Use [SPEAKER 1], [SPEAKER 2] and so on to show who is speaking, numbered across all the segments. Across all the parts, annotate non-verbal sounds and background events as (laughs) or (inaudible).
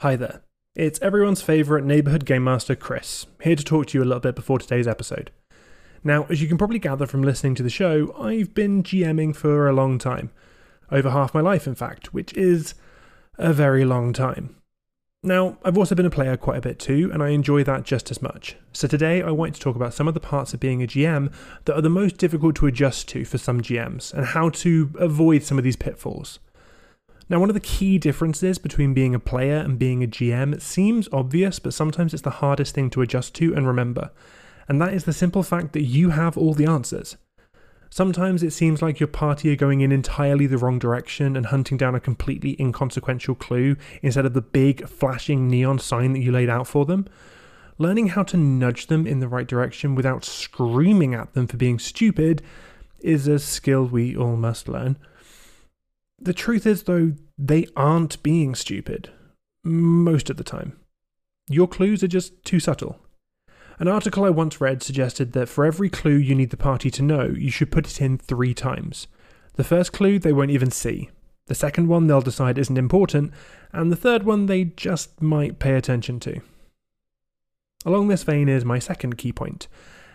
[SPEAKER 1] Hi there. It's everyone's favourite neighbourhood game master, Chris, here to talk to you a little bit before today's episode. Now, as you can probably gather from listening to the show, I've been GMing for a long time. Over half my life, in fact, which is a very long time. Now, I've also been a player quite a bit too, and I enjoy that just as much. So today I want to talk about some of the parts of being a GM that are the most difficult to adjust to for some GMs, and how to avoid some of these pitfalls. Now, one of the key differences between being a player and being a GM it seems obvious, but sometimes it's the hardest thing to adjust to and remember. And that is the simple fact that you have all the answers. Sometimes it seems like your party are going in entirely the wrong direction and hunting down a completely inconsequential clue instead of the big, flashing neon sign that you laid out for them. Learning how to nudge them in the right direction without screaming at them for being stupid is a skill we all must learn. The truth is, though, they aren't being stupid. Most of the time. Your clues are just too subtle. An article I once read suggested that for every clue you need the party to know, you should put it in three times. The first clue they won't even see, the second one they'll decide isn't important, and the third one they just might pay attention to. Along this vein is my second key point.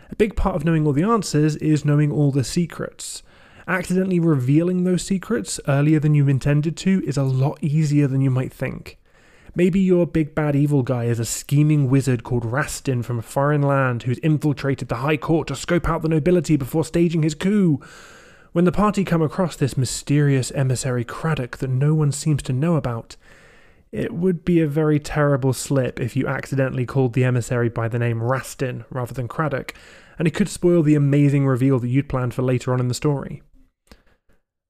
[SPEAKER 1] A big part of knowing all the answers is knowing all the secrets. Accidentally revealing those secrets earlier than you intended to is a lot easier than you might think. Maybe your big bad evil guy is a scheming wizard called Rastin from a foreign land who's infiltrated the High Court to scope out the nobility before staging his coup. When the party come across this mysterious emissary Craddock that no one seems to know about, it would be a very terrible slip if you accidentally called the emissary by the name Rastin rather than Craddock, and it could spoil the amazing reveal that you'd planned for later on in the story.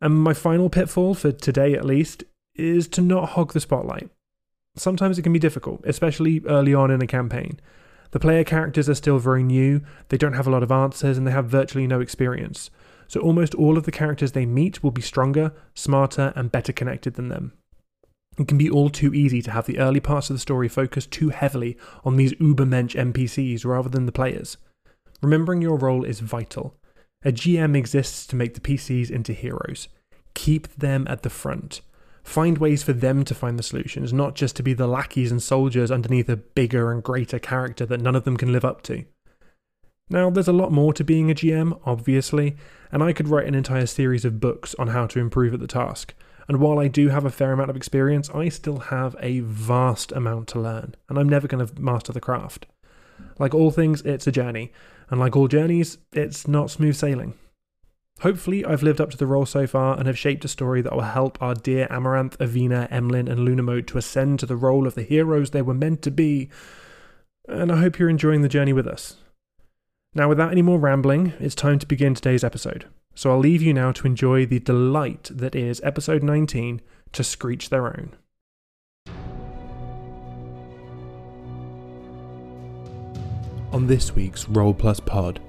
[SPEAKER 1] And my final pitfall, for today at least, is to not hog the spotlight. Sometimes it can be difficult, especially early on in a campaign. The player characters are still very new, they don't have a lot of answers, and they have virtually no experience. So almost all of the characters they meet will be stronger, smarter, and better connected than them. It can be all too easy to have the early parts of the story focus too heavily on these ubermensch NPCs rather than the players. Remembering your role is vital. A GM exists to make the PCs into heroes. Keep them at the front. Find ways for them to find the solutions, not just to be the lackeys and soldiers underneath a bigger and greater character that none of them can live up to. Now, there's a lot more to being a GM, obviously, and I could write an entire series of books on how to improve at the task. And while I do have a fair amount of experience, I still have a vast amount to learn, and I'm never going to master the craft. Like all things, it's a journey, and like all journeys, it's not smooth sailing. Hopefully, I've lived up to the role so far and have shaped a story that will help our dear Amaranth, Avena, Emlyn, and Lunamode to ascend to the role of the heroes they were meant to be. And I hope you're enjoying the journey with us. Now, without any more rambling, it's time to begin today's episode. So I'll leave you now to enjoy the delight that is episode 19 to screech their own. On this week's Roll Plus Pod,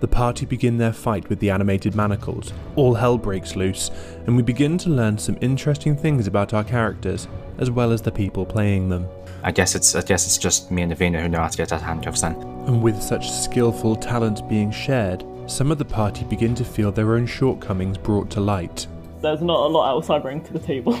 [SPEAKER 1] the party begin their fight with the animated manacles, all hell breaks loose, and we begin to learn some interesting things about our characters, as well as the people playing them.
[SPEAKER 2] I guess it's I guess it's just me and Avena who know how to get that handcuffs then.
[SPEAKER 1] And with such skillful talent being shared, some of the party begin to feel their own shortcomings brought to light.
[SPEAKER 3] there's not a lot else I bring to the table.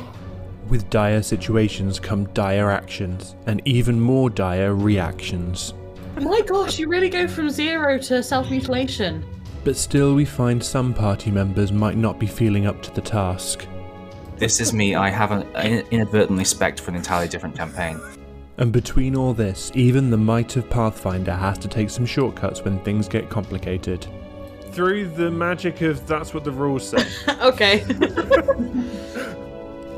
[SPEAKER 1] With dire situations come dire actions, and even more dire reactions.
[SPEAKER 4] My gosh, you really go from zero to self mutilation.
[SPEAKER 1] But still, we find some party members might not be feeling up to the task.
[SPEAKER 2] This is me. I haven't in- inadvertently spec'd for an entirely different campaign.
[SPEAKER 1] And between all this, even the might of Pathfinder has to take some shortcuts when things get complicated. Through the magic of that's what the rules say.
[SPEAKER 4] okay.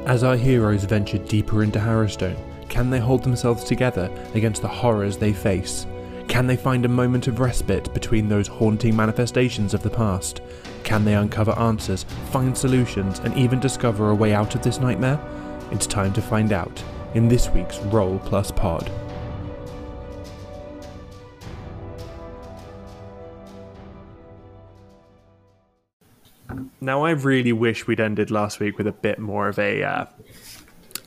[SPEAKER 1] As our heroes venture deeper into Harrowstone, can they hold themselves together against the horrors they face? Can they find a moment of respite between those haunting manifestations of the past? Can they uncover answers, find solutions, and even discover a way out of this nightmare? It's time to find out in this week's Roll Plus Pod. Now, I really wish we'd ended last week with a bit more of a uh,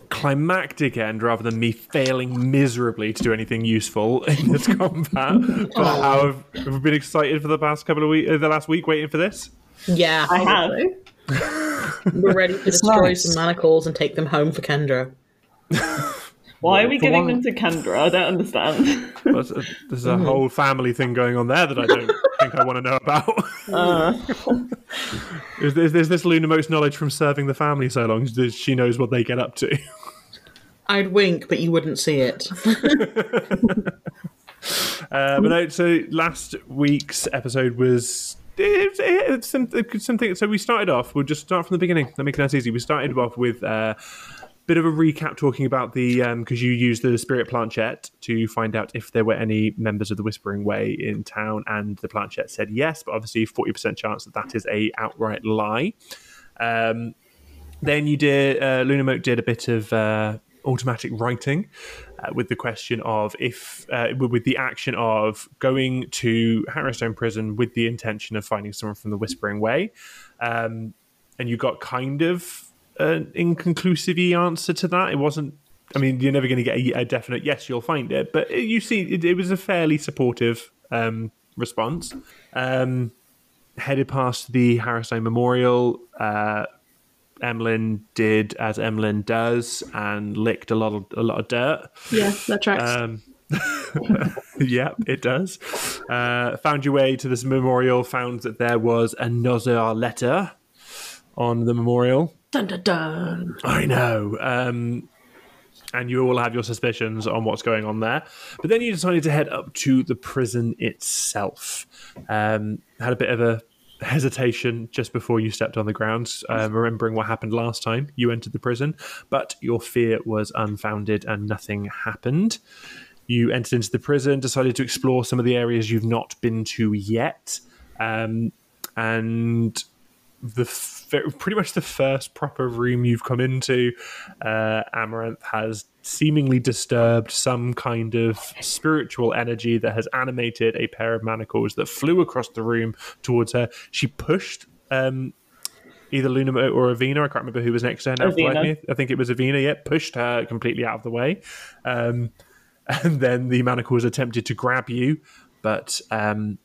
[SPEAKER 1] climactic end rather than me failing miserably to do anything useful (laughs) in this combat. But how have, have we been excited for the past couple of weeks, uh, the last week waiting for this?
[SPEAKER 4] Yeah,
[SPEAKER 3] I have.
[SPEAKER 4] We're ready to destroy
[SPEAKER 2] nice.
[SPEAKER 4] some manacles and take them home for Kendra.
[SPEAKER 3] Why are we
[SPEAKER 1] For
[SPEAKER 3] giving
[SPEAKER 1] one-
[SPEAKER 3] them to Kendra? I don't understand. (laughs)
[SPEAKER 1] But uh, there's a whole family thing going on there that I don't think I want to know about.
[SPEAKER 3] Uh,
[SPEAKER 1] (laughs) is, is, is this Luna most knowledge from serving the family so long? Does she knows what they get up to?
[SPEAKER 5] I'd wink, but you wouldn't see it.
[SPEAKER 1] Uh, but no, so last week's episode was it's, it's some- it's something. So we started off. We'll just start from the beginning. That makes it nice and easy. We started off with uh, a bit of a recap, talking about the because you used the spirit planchette to find out if there were any members of the Whispering Way in town, and the planchette said yes, but obviously forty percent chance that that is a outright lie. Um, then you did uh, Luna Moat did a bit of uh, automatic writing uh, with the question of if uh, with with the action of going to Harrowstone Prison with the intention of finding someone from the Whispering Way, um, and you got kind of an inconclusive answer to that. It wasn't. I mean, you're never going to get a, a definite yes. You'll find it, but it- you see, it, it was a fairly supportive um, response. Um, headed past the Harrowstone Memorial. Uh, Emlyn did as Emlyn does and licked a lot of a lot of dirt.
[SPEAKER 4] Yeah, that tracks.
[SPEAKER 1] Um, (laughs) yep, it does. Uh, found your way to this memorial. Found that there was a Nozar letter on the memorial.
[SPEAKER 4] dun dun dun.
[SPEAKER 1] I know. Um, and you all have your suspicions on what's going on there. But then you decided to head up to the prison itself. Um, had a bit of a hesitation just before you stepped on the grounds, um, remembering what happened last time you entered the prison. But your fear was unfounded and nothing happened. You entered into the prison, decided to explore some of the areas you've not been to yet. Um, and the f- pretty much the first proper room you've come into, uh, Amaranth has seemingly disturbed some kind of spiritual energy that has animated a pair of manacles that flew across the room towards her. She pushed um, either Luna Mo- or Avina. I can't remember who was next to her. Now,
[SPEAKER 3] Avena.
[SPEAKER 1] Avina. I think it was Avina. Yeah, pushed her completely out of the way, um, (laughs) and then the manacles attempted to grab you, but. Um,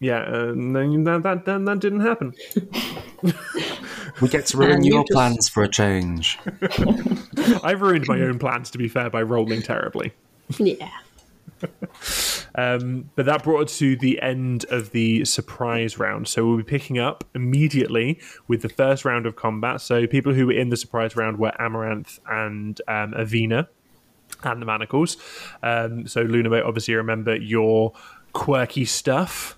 [SPEAKER 1] yeah, uh, no, that, that, that that didn't happen.
[SPEAKER 2] We get to ruin
[SPEAKER 5] And you
[SPEAKER 2] your
[SPEAKER 5] just-
[SPEAKER 2] plans for a change.
[SPEAKER 1] I've ruined my own plans, to be fair, by rolling terribly.
[SPEAKER 4] Yeah.
[SPEAKER 1] (laughs) Um, but that brought us to the end of the surprise round. So we'll be picking up immediately with the first round of combat. So people who were in the surprise round were Amaranth and um, Avena and the Manacles. Um, so Lunamo, obviously, remember your quirky stuff.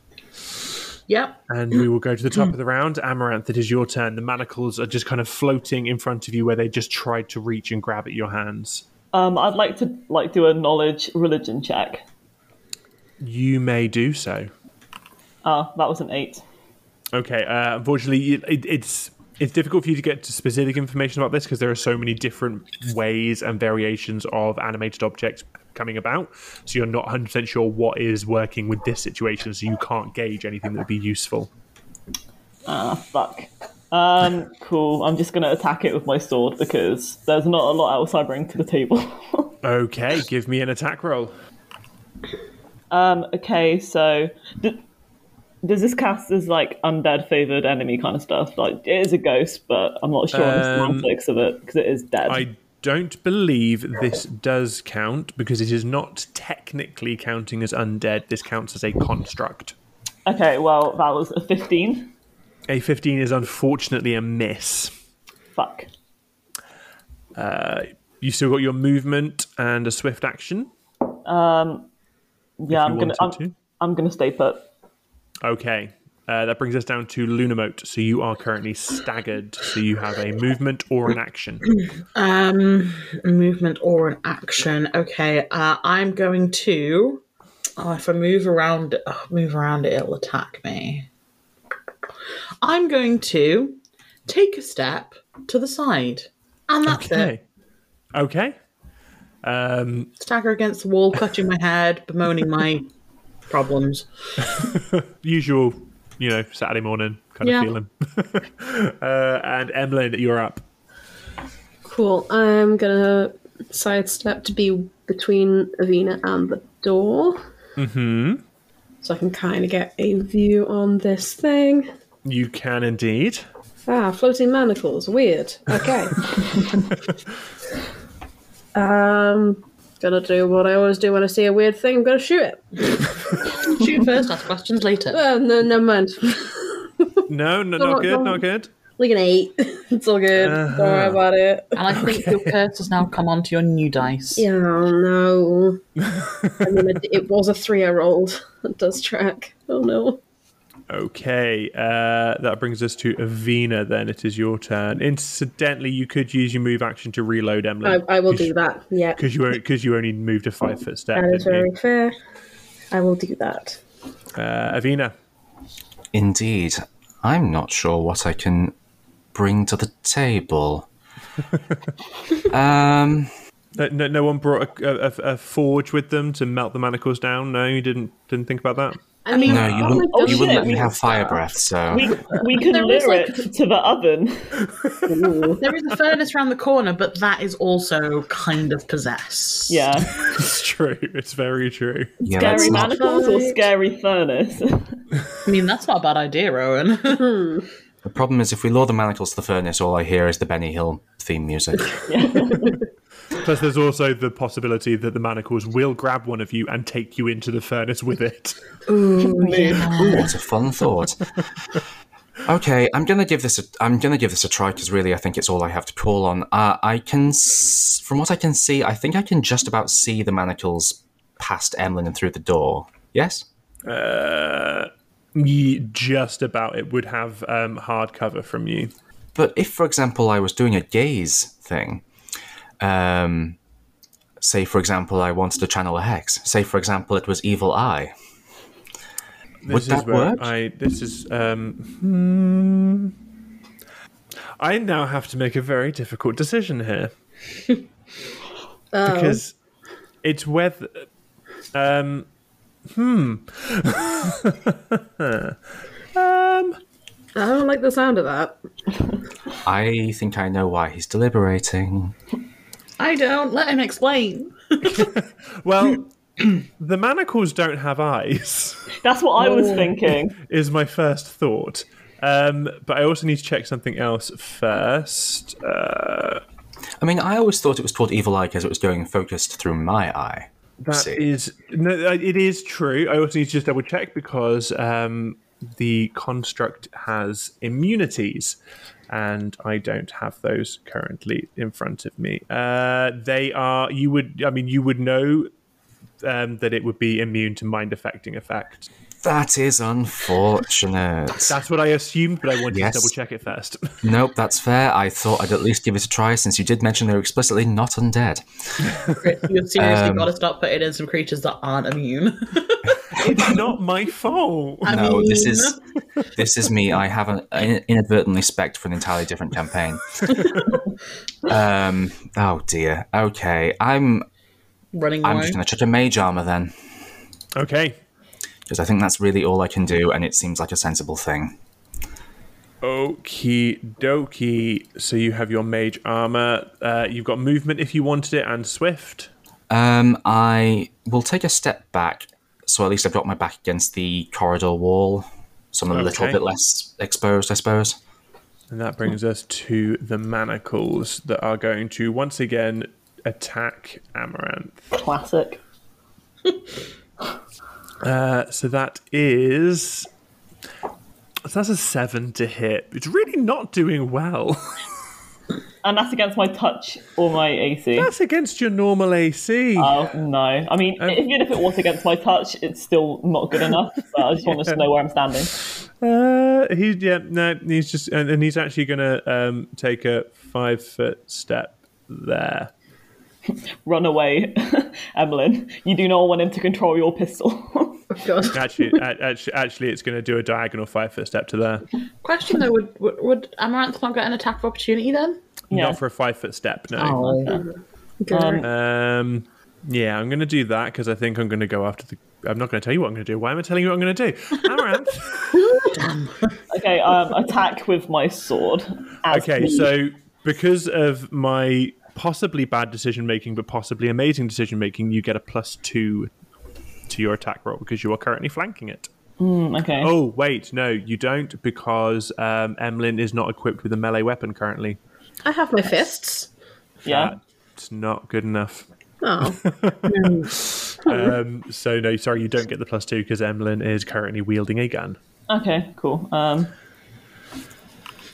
[SPEAKER 5] Yep.
[SPEAKER 1] And we will go to the top of the round. Amaranth, it is your turn. The manacles are just kind of floating in front of you where they just tried to reach and grab at your hands.
[SPEAKER 3] um, I'd like to like do a knowledge religion check.
[SPEAKER 1] You may do so.
[SPEAKER 3] Ah, that was an eight.
[SPEAKER 1] Okay. Uh, unfortunately, it, it, it's it's difficult for you to get to specific information about this because there are so many different ways and variations of animated objects coming about. So you're not 100 percent sure what is working with this situation. So you can't gauge anything that would be useful.
[SPEAKER 3] Fuck. Um, cool. I'm just gonna attack it with my sword because there's not a lot else I bring to the table. (laughs)
[SPEAKER 1] Okay, give me an attack roll.
[SPEAKER 3] um, okay, so d- does this cast as like undead favored enemy kind of stuff? Like it is a ghost, but I'm not sure on the
[SPEAKER 1] Um,
[SPEAKER 3] semantics of it because it is dead.
[SPEAKER 1] I don't believe this does count because it is not technically counting as undead. This counts as a construct.
[SPEAKER 3] Okay, well that was a 15.
[SPEAKER 1] A 15 is unfortunately a miss.
[SPEAKER 3] Fuck.
[SPEAKER 1] You still got your movement and a swift action.
[SPEAKER 3] Yeah,
[SPEAKER 1] you
[SPEAKER 3] I'm gonna I'm,
[SPEAKER 1] wanted to.
[SPEAKER 3] I'm gonna stay put.
[SPEAKER 1] Okay. Uh, that brings us down to Lunamote. So you are currently staggered. So you have a movement or an
[SPEAKER 3] (clears throat)
[SPEAKER 1] action.
[SPEAKER 5] Um, movement or an action. Okay. Uh, I'm going to. Oh, if I move around, oh, move around, it'll attack me. I'm going to take a step to the side, and that's it.
[SPEAKER 1] Okay. Okay.
[SPEAKER 5] Stagger against the wall, clutching my head, bemoaning my problems.
[SPEAKER 1] Usual, you know, Saturday morning kind
[SPEAKER 5] Yeah.
[SPEAKER 1] of feeling. (laughs) uh, and Emlyn, you're up.
[SPEAKER 4] Cool. I'm gonna sidestep to be between Avena and the door. Mm-hmm. So I can kind of get a view on this thing.
[SPEAKER 1] You can indeed.
[SPEAKER 4] Ah, floating manacles. Weird. Okay. Um, gonna do what I always do when I see a weird thing. I'm gonna shoot it.
[SPEAKER 5] Shoot first, ask questions later.
[SPEAKER 4] Oh, no, never mind. (laughs)
[SPEAKER 1] No, no,
[SPEAKER 4] Go
[SPEAKER 1] not
[SPEAKER 4] on,
[SPEAKER 1] good,
[SPEAKER 4] go
[SPEAKER 1] not
[SPEAKER 4] on.
[SPEAKER 1] good.
[SPEAKER 4] like an eight. (laughs) It's all good. Don't worry
[SPEAKER 1] Uh-huh.
[SPEAKER 4] about it.
[SPEAKER 5] And I think your curse has now come onto your new dice.
[SPEAKER 4] Yeah, oh, no. I mean, it, it was a three-year-old. That does track. Oh no.
[SPEAKER 1] Okay, uh, that brings us to Avena. Then it is your turn. Incidentally, you could use your move action to reload, Emily.
[SPEAKER 4] I, I will do that. Yeah,
[SPEAKER 1] because you because you only moved a five foot step.
[SPEAKER 4] that is
[SPEAKER 1] didn't
[SPEAKER 4] very
[SPEAKER 1] you?
[SPEAKER 4] fair. I will do that.
[SPEAKER 1] Uh, Avena,
[SPEAKER 2] (laughs) Indeed, I'm not sure what I can bring to the table. um,
[SPEAKER 1] no, no, no one brought a, a, a forge with them to melt the manacles down. No, you didn't didn't think about
[SPEAKER 4] (laughs)
[SPEAKER 1] that.
[SPEAKER 4] I mean,
[SPEAKER 2] no, you
[SPEAKER 4] oh
[SPEAKER 2] wouldn't.
[SPEAKER 4] my
[SPEAKER 2] you wouldn't
[SPEAKER 3] shit,
[SPEAKER 2] let me
[SPEAKER 3] we-
[SPEAKER 2] have fire breath. So
[SPEAKER 3] We, we can
[SPEAKER 4] There
[SPEAKER 3] lure
[SPEAKER 4] was, like-
[SPEAKER 3] it to the (laughs) oven.
[SPEAKER 5] There is a furnace round the corner, but that is also kind of possessed.
[SPEAKER 3] Yeah.
[SPEAKER 1] It's true. It's very true.
[SPEAKER 2] yeah,
[SPEAKER 3] Scary
[SPEAKER 2] let's not,
[SPEAKER 3] manacles or
[SPEAKER 4] Right.
[SPEAKER 3] scary furnace?
[SPEAKER 5] I mean, that's not a bad idea, Rowan.
[SPEAKER 2] the problem is if we lure the manacles to the furnace, all I hear is the Benny Hill theme music.
[SPEAKER 1] Plus, there's also the possibility that the manacles will grab one of you and take you into the furnace with it. (laughs)
[SPEAKER 2] Ooh, what a fun thought. Okay, I'm gonna give this. A, I'm gonna give this a try because really, I think it's all I have to call on. Uh, I can, s- from what I can see, I think I can just about see the manacles past Emlyn and through the door. Yes.
[SPEAKER 1] Ye- Just about it would have um, hard cover from you.
[SPEAKER 2] But if, for example, I was doing a gaze thing, um, say, for example, I wanted to channel a hex, say, for example, it was Evil Eye,
[SPEAKER 1] This
[SPEAKER 2] Would
[SPEAKER 1] is
[SPEAKER 2] that
[SPEAKER 1] where
[SPEAKER 2] work?
[SPEAKER 1] I this is um hmm. I now have to make a very difficult decision here. Because it's whether um
[SPEAKER 4] I don't like the sound of that.
[SPEAKER 2] I think I know why he's deliberating.
[SPEAKER 5] (laughs) I don't. Let him explain.
[SPEAKER 1] well the manacles don't have eyes
[SPEAKER 3] (laughs)
[SPEAKER 1] (laughs)
[SPEAKER 3] That's what I was thinking.
[SPEAKER 1] is my first thought. Um but I also need to check something else first. Uh
[SPEAKER 2] I mean, I always thought it was called Evil Eye because it was going focused through my eye.
[SPEAKER 1] That
[SPEAKER 2] See.
[SPEAKER 1] is no, uh, it is true. I also need to just double check because um, the construct has immunities, and I don't have those currently in front of me. Uh, they are you would I mean you would know um, that it would be immune to mind affecting effect.
[SPEAKER 2] That is unfortunate.
[SPEAKER 1] That's what I assumed, but I wanted
[SPEAKER 2] Yes.
[SPEAKER 1] to double check it first. (laughs)
[SPEAKER 2] nope, that's fair. I thought I'd at least give it a try since you did mention they're explicitly not undead.
[SPEAKER 5] You've seriously got to stop putting in some creatures that aren't immune. (laughs)
[SPEAKER 1] it's not my fault.
[SPEAKER 2] no, this is this is me. I have an in- inadvertently spec'd for an entirely different campaign. um. Oh dear. Okay. I'm.
[SPEAKER 5] Running
[SPEAKER 2] I'm
[SPEAKER 5] away.
[SPEAKER 2] just going to check a mage armor then,
[SPEAKER 1] Okay.
[SPEAKER 2] because I think that's really all I can do, and it seems like a sensible thing.
[SPEAKER 1] Okie dokie. So you have your mage armor. Uh, you've got movement if you wanted it and swift.
[SPEAKER 2] Um. I will take a step back, so at least I've got my back against the corridor wall, so I'm a little
[SPEAKER 1] Okay.
[SPEAKER 2] bit less exposed, I suppose.
[SPEAKER 1] And that brings us to the manacles that are going to once again attack Amaranth.
[SPEAKER 3] Classic.
[SPEAKER 1] Uh, so that is. So that's a seven to hit. It's really not doing well. (laughs)
[SPEAKER 3] And that's against my touch or my AC.
[SPEAKER 1] that's against your normal AC.
[SPEAKER 3] Oh no! I mean, even if it was against my touch, it's still not good enough. But I just want us to know where I'm standing.
[SPEAKER 1] Uh, he yeah no he's just and, and he's actually gonna um take a five foot step there.
[SPEAKER 3] Run away, (laughs) Emlyn. You do not want him to control your pistol. (laughs)
[SPEAKER 4] God.
[SPEAKER 1] Actually, a- actually, actually, it's going to do a diagonal five foot step to there.
[SPEAKER 5] Question though, would, would would Amaranth not get an attack of opportunity then?
[SPEAKER 3] yeah. Oh,
[SPEAKER 1] Not for a five foot step, no.
[SPEAKER 5] Uh,
[SPEAKER 4] Good.
[SPEAKER 1] Um, yeah, I'm going to do that because I think I'm going to go after the. I'm not going to tell you what I'm going to do. Why am I telling you what I'm going to do? Amaranth.
[SPEAKER 3] Okay. Um, attack with my sword. As
[SPEAKER 1] okay,
[SPEAKER 3] me.
[SPEAKER 1] so because of my possibly bad decision making, but possibly amazing decision making, you get a plus two to your attack roll because you are currently flanking it.
[SPEAKER 3] okay.
[SPEAKER 1] Oh wait, no, you don't because um, Emlyn is not equipped with a melee weapon currently.
[SPEAKER 4] I have my fists.
[SPEAKER 3] yeah.
[SPEAKER 1] That It's not good enough.
[SPEAKER 4] Oh,
[SPEAKER 2] (laughs)
[SPEAKER 1] Um, so no, sorry, you don't get the plus two because Emlyn is currently wielding a gun.
[SPEAKER 3] Okay, cool. Um,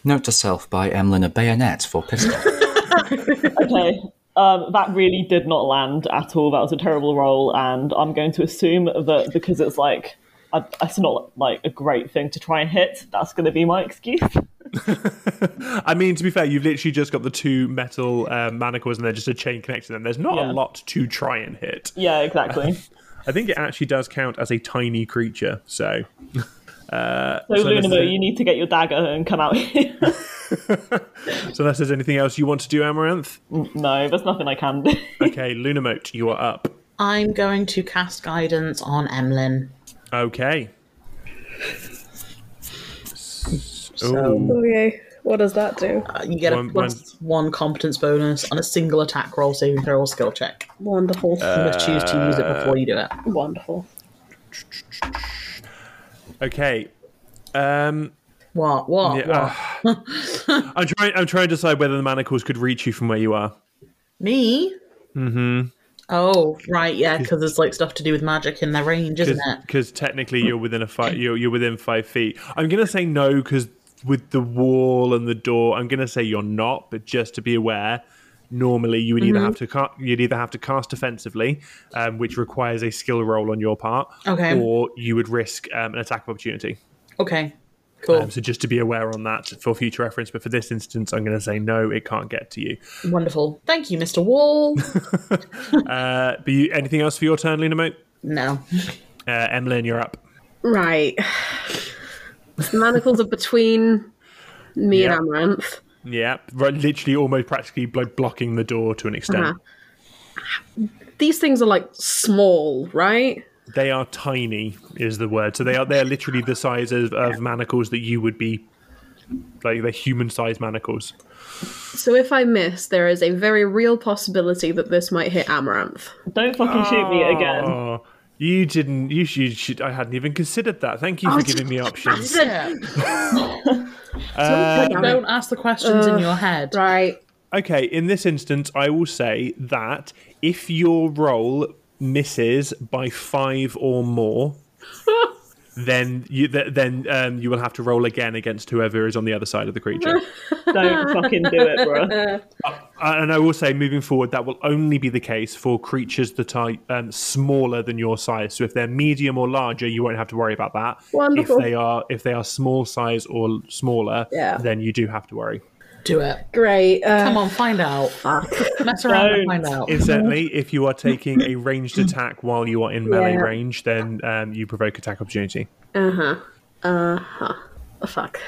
[SPEAKER 2] Note to self by Emlyn a bayonet for pistol.
[SPEAKER 3] okay. Um, that really did not land at all. That was a terrible roll, and I'm going to assume that because it's like I, it's not like a great thing to try and hit. That's going to be my excuse.
[SPEAKER 1] I mean, to be fair, you've literally just got the two metal uh, manacles and they're just a chain connecting them. There's not
[SPEAKER 3] Yeah.
[SPEAKER 1] a lot to try and hit. (laughs)
[SPEAKER 3] Yeah, exactly.
[SPEAKER 1] I think it actually does count as a tiny creature. So
[SPEAKER 3] So,
[SPEAKER 1] So this is-
[SPEAKER 3] Lunamo, you need to get your dagger and come out (laughs) here.
[SPEAKER 1] so unless there's anything else you want to do, Amaranth.
[SPEAKER 3] no, there's nothing I can do. (laughs)
[SPEAKER 1] Okay, Lunamote, you are up.
[SPEAKER 5] I'm going to cast guidance on Emlyn.
[SPEAKER 1] Okay.
[SPEAKER 5] So-
[SPEAKER 1] Ooh.
[SPEAKER 4] okay. Oh, What does that do?
[SPEAKER 5] Uh, you get
[SPEAKER 1] One-
[SPEAKER 5] a plus one competence bonus on a single attack roll, saving throw, or skill check.
[SPEAKER 4] Wonderful.
[SPEAKER 2] Uh,
[SPEAKER 5] You must choose to use it before you do it.
[SPEAKER 4] Wonderful.
[SPEAKER 1] Okay. Um,
[SPEAKER 5] What? What?
[SPEAKER 1] yeah,
[SPEAKER 5] what?
[SPEAKER 1] uh, I'm trying. I'm trying to decide whether the manacles could reach you from where you are.
[SPEAKER 5] Me? Mm-hmm. Oh, right, yeah, because there's like stuff to do with magic in their range, isn't it?
[SPEAKER 1] because technically you're within a five you're, you're within five feet i'm gonna say no because with the wall and the door i'm gonna say you're not but just to be aware normally you would
[SPEAKER 5] Mm-hmm.
[SPEAKER 1] either have to ca- you'd either have to cast defensively um, which requires a skill roll on your part
[SPEAKER 5] Okay.
[SPEAKER 1] or you would risk um, an attack of opportunity
[SPEAKER 5] Okay. Cool.
[SPEAKER 1] um, so just to be aware on that for future reference but for this instance i'm gonna say no it can't get to you
[SPEAKER 5] Wonderful. Thank you, Mr.
[SPEAKER 2] (laughs)
[SPEAKER 5] Wall.
[SPEAKER 1] uh, but you, anything else for your turn luna Mote?
[SPEAKER 5] no.
[SPEAKER 1] uh, emlyn you're up
[SPEAKER 4] Right. The manacles are between me
[SPEAKER 1] Yeah.
[SPEAKER 4] and Amaranth.
[SPEAKER 1] yeah right, literally almost practically like blocking the door to an extent
[SPEAKER 4] Uh-huh. These things are like small, right?
[SPEAKER 1] They are tiny, is the word. So they are they are literally the size of, of manacles that you would be, like they're human sized manacles.
[SPEAKER 4] So if I miss, there is a very real possibility that this might hit Amaranth.
[SPEAKER 3] Don't fucking shoot me again.
[SPEAKER 1] Oh, you didn't. You should. you should- I hadn't even considered that. Thank you for giving me
[SPEAKER 4] (laughs)
[SPEAKER 1] options.
[SPEAKER 2] Uh,
[SPEAKER 5] Don't ask the questions in your head.
[SPEAKER 4] Right.
[SPEAKER 1] Okay, in this instance, I will say that if your roll misses by five or more. Then you th- then um, you will have to roll again against whoever is on the other side of the creature.
[SPEAKER 3] Don't fucking do it, bro.
[SPEAKER 1] Uh, and I will say, moving forward, that will only be the case for creatures that are um, smaller than your size. So if they're medium or larger, you won't have to worry about that.
[SPEAKER 4] Wonderful.
[SPEAKER 1] If they are if they are small size or smaller,
[SPEAKER 4] Yeah.
[SPEAKER 1] then you do have to
[SPEAKER 4] (laughs)
[SPEAKER 1] worry.
[SPEAKER 5] Do it.
[SPEAKER 4] Great. Uh,
[SPEAKER 5] Come on, find out. Mess around and
[SPEAKER 3] Don't.
[SPEAKER 5] find out.
[SPEAKER 1] Incidentally, if you are taking a ranged attack while you are in melee
[SPEAKER 4] Yeah.
[SPEAKER 1] range, then um, you provoke attack opportunity.
[SPEAKER 4] oh, fuck.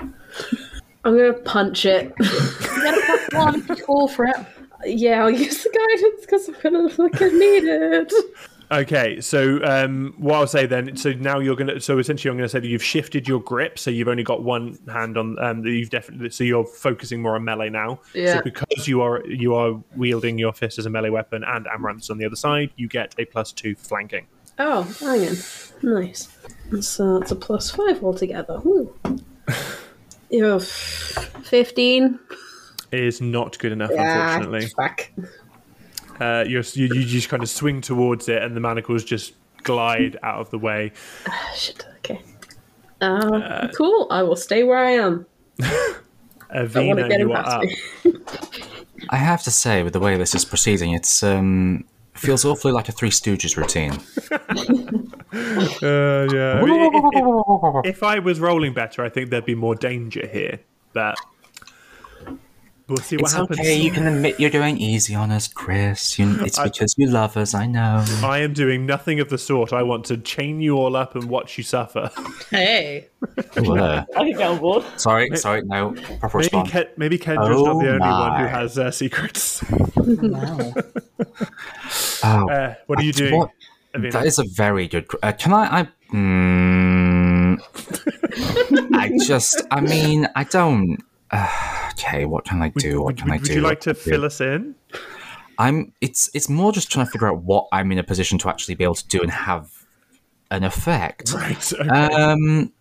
[SPEAKER 4] I'm gonna punch it.
[SPEAKER 5] One, call for it.
[SPEAKER 4] yeah, I'll use the guidance because I'm gonna fucking need it.
[SPEAKER 1] Okay, so um, what I'll say then, so now you're gonna, so essentially I'm gonna say that you've shifted your grip, so you've only got one hand on, um, that you've definitely, so you're focusing more on melee now.
[SPEAKER 4] Yeah.
[SPEAKER 1] So because you are you are wielding your fist as a melee weapon and Amaranth's on the other side, you get a plus two for flanking.
[SPEAKER 4] Oh, hang on. Nice. So that's a plus five altogether. Woo. Yeah, f- 15.
[SPEAKER 1] It is not good enough, unfortunately.
[SPEAKER 4] Fuck.
[SPEAKER 1] Uh, you're, you you just kind of swing towards it, and the manacles just glide out of the way.
[SPEAKER 4] Ah, Shit, okay. Uh, cool, I will stay where I am. wanna
[SPEAKER 1] Avina,
[SPEAKER 4] get him
[SPEAKER 1] you are
[SPEAKER 4] past
[SPEAKER 1] up.
[SPEAKER 4] me.
[SPEAKER 2] I have to say, with the way this is proceeding, it's um feels awfully like a Three Stooges routine.
[SPEAKER 1] Uh, yeah. I mean, if, if- if I was rolling better, I think there'd be more danger here, but we'll see what
[SPEAKER 2] it's
[SPEAKER 1] happens.
[SPEAKER 2] okay. You can admit you're going easy on us, Chris. You, it's because you love us. I know.
[SPEAKER 1] I am doing nothing of the sort. I want to chain you all up and watch you suffer.
[SPEAKER 5] Hey.
[SPEAKER 2] You were.
[SPEAKER 3] I can get on board.
[SPEAKER 2] Sorry, sorry. No proper
[SPEAKER 1] Maybe,
[SPEAKER 2] response.
[SPEAKER 1] Ke- maybe Kendra's not the
[SPEAKER 2] Oh
[SPEAKER 1] only one who
[SPEAKER 2] my.
[SPEAKER 1] has uh, secrets.
[SPEAKER 5] Wow.
[SPEAKER 2] Oh,
[SPEAKER 1] (laughs) Uh, what are you doing?
[SPEAKER 2] What?
[SPEAKER 1] Avina?
[SPEAKER 2] That is a very good. Uh, can I? I. Mm,
[SPEAKER 1] (laughs)
[SPEAKER 2] I just. I mean, I don't. Uh, okay, what can I do? what
[SPEAKER 1] would,
[SPEAKER 2] can I
[SPEAKER 1] would,
[SPEAKER 2] do?
[SPEAKER 1] would you
[SPEAKER 2] What
[SPEAKER 1] like to
[SPEAKER 2] can I do?
[SPEAKER 1] fill us
[SPEAKER 2] (laughs)
[SPEAKER 1] in?
[SPEAKER 2] I'm. It's. It's more just trying to figure out what I'm in a position
[SPEAKER 1] Uh,
[SPEAKER 2] to actually be able to do and have an effect.
[SPEAKER 1] Right.
[SPEAKER 2] Um.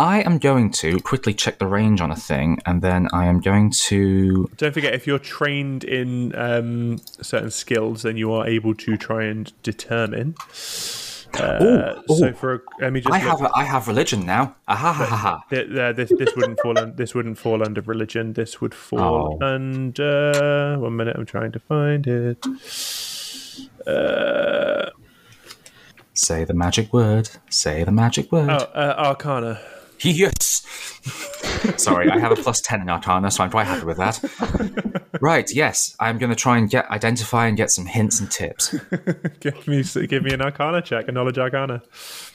[SPEAKER 2] I am going to quickly check the range on a thing, and then I am going to.
[SPEAKER 1] Don't forget, if you're trained in um, certain skills, then you are able to try and determine. Uh,
[SPEAKER 2] Ooh, ooh.
[SPEAKER 1] So for a, let me just
[SPEAKER 2] I
[SPEAKER 1] look.
[SPEAKER 2] have I have religion now. Ah ha ha ha ha.
[SPEAKER 1] Th- th- this this wouldn't fall un- this wouldn't fall under religion. This would fall
[SPEAKER 2] Oh.
[SPEAKER 1] under one minute. I'm trying to find it. Uh,
[SPEAKER 2] Say the magic word. Say the magic word.
[SPEAKER 1] oh, uh, Arcana.
[SPEAKER 2] (laughs)
[SPEAKER 1] (laughs)
[SPEAKER 2] Yes. Sorry, I have a plus ten in Arcana, so I'm quite happy with that. right. Yes, I'm going to try and get identify and get some hints and tips.
[SPEAKER 1] Give me give me an Arcana check, a knowledge Arcana.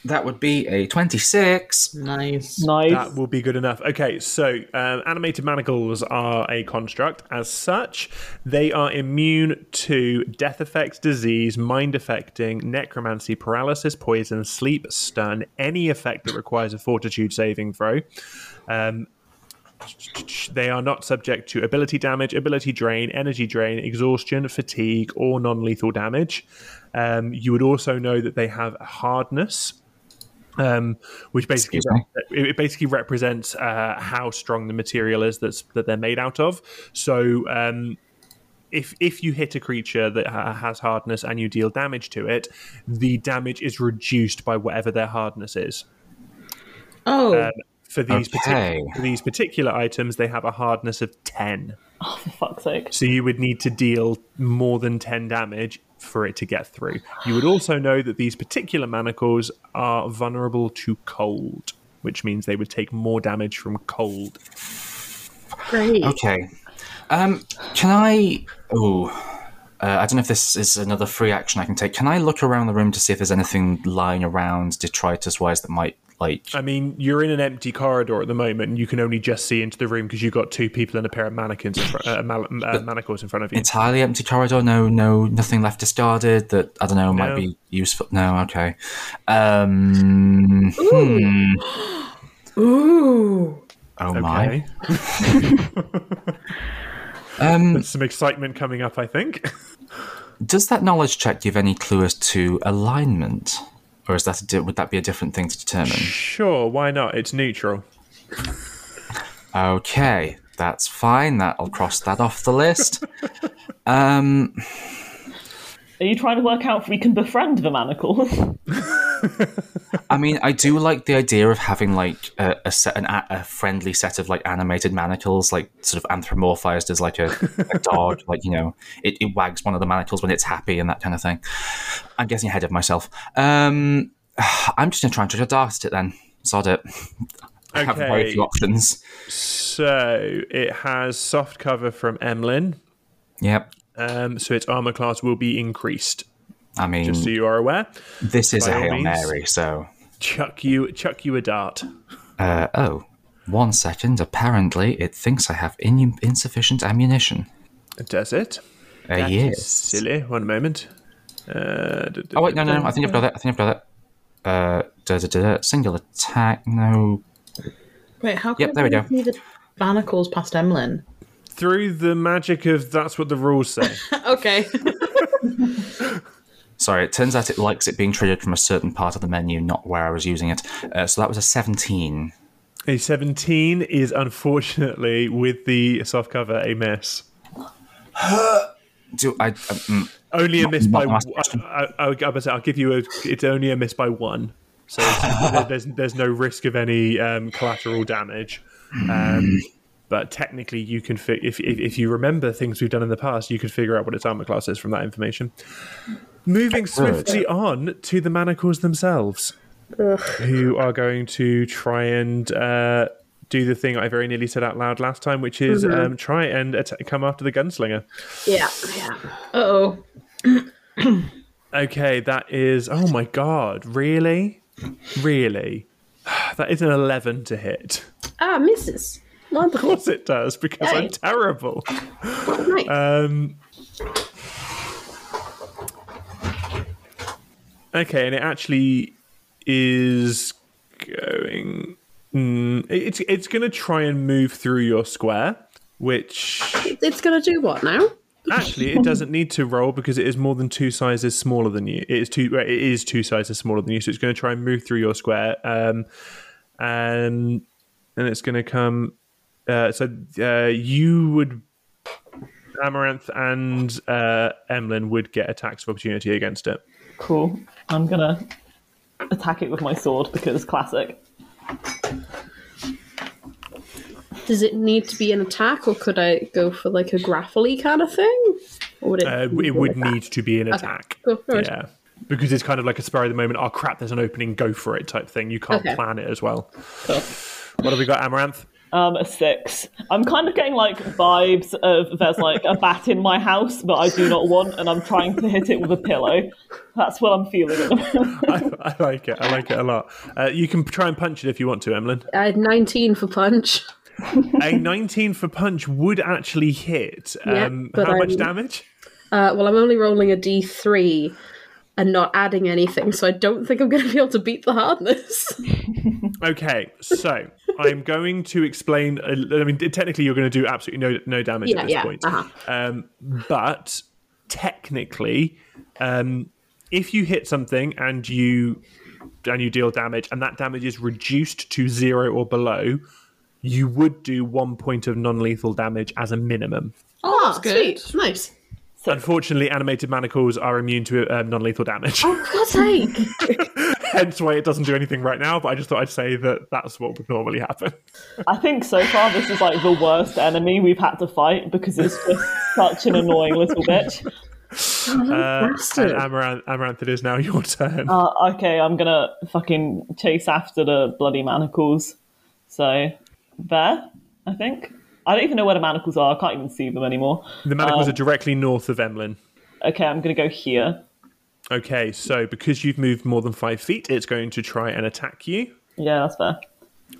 [SPEAKER 2] That would be a twenty-six.
[SPEAKER 5] Nice.
[SPEAKER 3] Nice.
[SPEAKER 1] That will be good enough. Okay, so um, animated manacles are a construct. As such, they are immune to death effects, disease, mind affecting, necromancy, paralysis, poison, sleep, stun, any effect that requires a fortitude saving throw. Um, they are not subject to ability damage, ability drain, energy drain, exhaustion, fatigue, or non lethal damage. Um, you would also know that they have a hardness, um, which basically
[SPEAKER 2] Excuse me?
[SPEAKER 1] it it basically represents uh, how strong the material is that's that they're made out of. So um, if if you hit a creature that ha- has hardness and you deal damage to it, the damage is reduced by whatever their hardness is.
[SPEAKER 5] Oh,
[SPEAKER 1] Um, for these,
[SPEAKER 2] Okay.
[SPEAKER 1] partic- for these particular items, they have a hardness of 10.
[SPEAKER 3] for fuck's sake.
[SPEAKER 1] So you would need to deal more than 10 damage for it to get through. You would also know that these particular manacles are vulnerable to cold, which means they would take more damage from cold.
[SPEAKER 4] Great.
[SPEAKER 1] Oh,
[SPEAKER 2] Okay. Um, can I? Oh, uh, I don't know if this is another free action I can take. Can I look around the room to see if there's anything lying around detritus-wise that might like?
[SPEAKER 1] I mean, you're in an empty corridor at the moment and you can only just see into the room because you've got two people and a pair of mannequins in fr- uh, mal- uh, manacles in front of you.
[SPEAKER 2] Entirely empty corridor. No, no, nothing left discarded that I don't know might
[SPEAKER 1] No.
[SPEAKER 2] be useful. No, okay. Um, hmm.
[SPEAKER 5] ooh.
[SPEAKER 2] Oh
[SPEAKER 1] Okay. (laughs)
[SPEAKER 2] my. Um,
[SPEAKER 1] There's some excitement coming up, I think.
[SPEAKER 2] does that knowledge check give any clue as to alignment, or is that a di- would that be a different thing to determine?
[SPEAKER 1] sure, why not? It's neutral.
[SPEAKER 2] Okay, that's fine. That'll cross that off the list. Um,
[SPEAKER 3] Are you trying to work out if we can befriend the manacle?
[SPEAKER 2] I mean, I do like the idea of having like a, a set, an, a a friendly set of like animated manacles, like sort of anthropomorphized as like a, a dog, like you know, it, it wags one of the manacles when it's happy and that kind of thing. I'm getting ahead of myself. Um, (sighs) I'm just gonna try and trick or dart it then. Sod it. I have very
[SPEAKER 1] Okay.
[SPEAKER 2] few options.
[SPEAKER 1] So it has soft cover from Emlyn,
[SPEAKER 2] Yep.
[SPEAKER 1] um, so its armor class will be increased.
[SPEAKER 2] I mean,
[SPEAKER 1] Just so you are aware,
[SPEAKER 2] this is a
[SPEAKER 1] by all
[SPEAKER 2] hail
[SPEAKER 1] means.
[SPEAKER 2] mary, so
[SPEAKER 1] chuck you chuck you a dart.
[SPEAKER 2] Uh, oh, one second. Apparently, it thinks I have in- insufficient ammunition.
[SPEAKER 1] Does it?
[SPEAKER 2] Uh,
[SPEAKER 1] That is
[SPEAKER 2] yes.
[SPEAKER 1] Silly. One moment. Uh, d- d-
[SPEAKER 2] Oh wait, no, no, no. I think I've got it. I think I've got it. Uh, da, da, da, da. Single attack. No.
[SPEAKER 5] Wait, how can
[SPEAKER 2] Yep, there we go.
[SPEAKER 5] see the manacles past Emlyn?
[SPEAKER 1] Through the magic of that's what the rules say.
[SPEAKER 5] Okay.
[SPEAKER 2] Sorry. It turns out it likes it being triggered from a certain part of the menu, not where I was using it. Uh, so that was a seventeen.
[SPEAKER 1] a seventeen is unfortunately with the soft cover a miss.
[SPEAKER 2] Do I? uh, mm,
[SPEAKER 1] Only a miss
[SPEAKER 2] not
[SPEAKER 1] by.
[SPEAKER 2] the
[SPEAKER 1] I,
[SPEAKER 2] last question.
[SPEAKER 1] I, I, I, will give you a. It's only a miss by one. So it's- (laughs) there's there's no risk of any um, collateral damage. Um, but technically, you can fi- if, if if you remember things we've done in the past, you could figure out what its armor class is from that information. Moving swiftly on to the manacles themselves, who are going to try and. Uh, do the thing I very nearly said out loud last time, which is um, try and atta come after the gunslinger.
[SPEAKER 4] Yeah, yeah.
[SPEAKER 5] oh.
[SPEAKER 1] Okay, that is. Oh my god, really? Really? (sighs) That is an 11 to hit.
[SPEAKER 4] Ah, misses.
[SPEAKER 1] Of
[SPEAKER 4] Wonderful.
[SPEAKER 1] course it does, because I'm
[SPEAKER 4] Yay.
[SPEAKER 1] terrible.
[SPEAKER 4] Nice.
[SPEAKER 1] Um. Okay, and it actually is going. Mm, it- it's it's going to try and move through your square, which
[SPEAKER 4] it's gonna do what now?
[SPEAKER 1] actually it doesn't need to roll because it is more than two sizes smaller than you. It is two. well, It is two sizes smaller than you, so it's going to try and move through your square. Um, Um, and it's going to come. Uh, so uh, you would, Amaranth and uh, Emlyn would get attacks of opportunity against it.
[SPEAKER 3] (laughs) Cool. I'm gonna attack it with my sword because classic.
[SPEAKER 4] Does it need to be an attack, or could I go for like a grapply kind of thing? Or would it?
[SPEAKER 1] Uh, it would need to be an attack.
[SPEAKER 4] cool, no worries.
[SPEAKER 1] Yeah. Because it's kind of like a spur of the moment. Oh crap! There's an opening. Go for it, type thing. You can't
[SPEAKER 4] Okay.
[SPEAKER 1] plan it as well. What have we got, Amaranth?
[SPEAKER 3] Um, a six. I'm kind of getting like vibes of there's like a bat in my house that I do not want, and I'm trying to hit it with a pillow. That's what I'm feeling. At the moment.
[SPEAKER 1] (laughs) I, I like it. I like it a lot. Uh, you can try and punch it if you want to, Emlyn.
[SPEAKER 4] I had 19 for punch.
[SPEAKER 1] A 19 for punch would actually hit.
[SPEAKER 4] Yeah,
[SPEAKER 1] Um,
[SPEAKER 4] but
[SPEAKER 1] how much
[SPEAKER 4] I'm-
[SPEAKER 1] damage?
[SPEAKER 4] Uh, well, I'm only rolling a d3 and not adding anything, so I don't think I'm going to be able to beat the hardness.
[SPEAKER 1] Okay, so I'm going to explain. uh, I mean, technically, you're going to do absolutely no no damage
[SPEAKER 4] Yeah,
[SPEAKER 1] at this
[SPEAKER 4] yeah,
[SPEAKER 1] point.
[SPEAKER 4] uh-huh.
[SPEAKER 1] Um, but technically, um, if you hit something and you and you deal damage, and that damage is reduced to zero or below, you would do one point of non lethal damage as a minimum.
[SPEAKER 5] Oh, that's
[SPEAKER 4] Ah,
[SPEAKER 5] good.
[SPEAKER 4] sweet. Nice.
[SPEAKER 1] Unfortunately, animated manacles are immune to um, non lethal (laughs) damage.
[SPEAKER 4] For God's sake.
[SPEAKER 1] Hence why it doesn't do anything right now, but I just thought I'd say that that's what would normally happen.
[SPEAKER 3] I think so far this is like the worst enemy we've had to fight because it's just such an annoying little bitch.
[SPEAKER 1] Uh, and
[SPEAKER 4] bastard.
[SPEAKER 1] Amaranth, Amaranth, it is now your turn.
[SPEAKER 3] Uh, okay, I'm gonna fucking chase after the bloody manacles. So there, I think. I don't even know where the manacles are. I can't even see them anymore.
[SPEAKER 1] the manacles are directly north of Emlyn.
[SPEAKER 3] Okay, I'm gonna go here.
[SPEAKER 1] Okay, so because you've moved more than five feet, it's going to try and attack you.
[SPEAKER 3] Yeah, that's fair.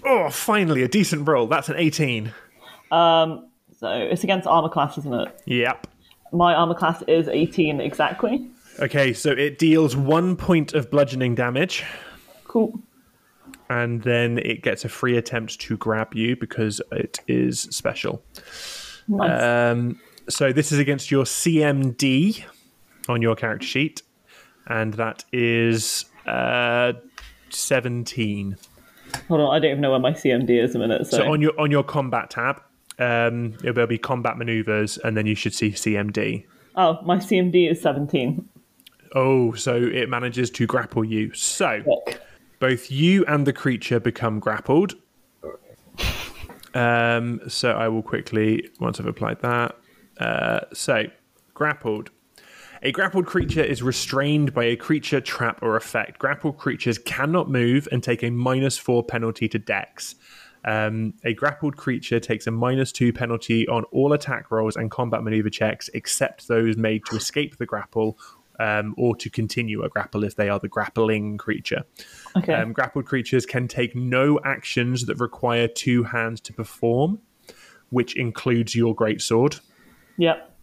[SPEAKER 1] Oh, finally, a decent roll. That's an 18.
[SPEAKER 3] So it's against armor class, isn't it?
[SPEAKER 1] Yep.
[SPEAKER 3] My armor class is 18 exactly.
[SPEAKER 1] Okay, so it deals one point of bludgeoning damage,
[SPEAKER 3] Cool.
[SPEAKER 1] and then it gets a free attempt to grab you because it is special.
[SPEAKER 3] Nice.
[SPEAKER 1] Um, so this is against your CMD on your character sheet, and that is uh, 17.
[SPEAKER 3] Hold on, I don't even know where my CMD is a minute. So,
[SPEAKER 1] So on your on your combat tab, um, there'll be combat maneuvers, and then you should see CMD.
[SPEAKER 3] oh, my CMD is 17.
[SPEAKER 1] Oh, so it manages to grapple you. So
[SPEAKER 3] Fuck.
[SPEAKER 1] both you and the creature become grappled. Um, so I will quickly once I've applied that. Uh, so grappled. A grappled creature is restrained by a creature trap or effect. Grappled creatures cannot move and take a minus four penalty to dex. Um, a grappled creature takes a minus two penalty on all attack rolls and combat maneuver checks, except those made to escape the grapple um, or to continue a grapple if they are the grappling creature.
[SPEAKER 3] Okay.
[SPEAKER 1] Um, grappled creatures can take no actions that require two hands to perform, which includes your greatsword.
[SPEAKER 3] yep.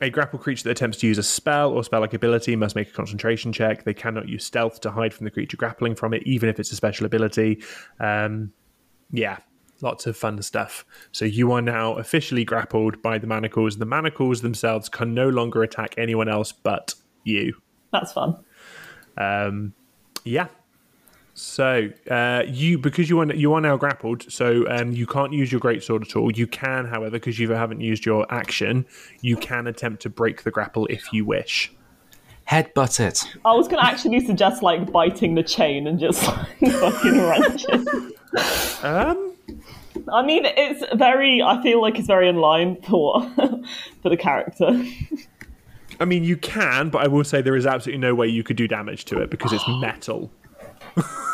[SPEAKER 1] A grapple creature that attempts to use a spell or spell like ability must make a concentration check. They cannot use stealth to hide from the creature grappling from it, even if it's a special ability. Um, yeah, lots of fun stuff. So you are now officially grappled by the manacles. The manacles themselves can no longer attack anyone else but you.
[SPEAKER 3] That's fun.
[SPEAKER 1] Yeah. So uh, you because you are you are now grappled, so um, you can't use your greatsword at all. You can, however, because you haven't used your action, you can attempt to break the grapple if you wish.
[SPEAKER 2] Headbutt it.
[SPEAKER 3] I was going to actually suggest like biting the chain and just (laughs) like fucking wrench it.
[SPEAKER 1] Um,
[SPEAKER 3] I mean, it's very, I feel like it's very in line for, (laughs) for the character.
[SPEAKER 1] I mean, you can, but I will say there is absolutely no way you could do damage to it because it's metal.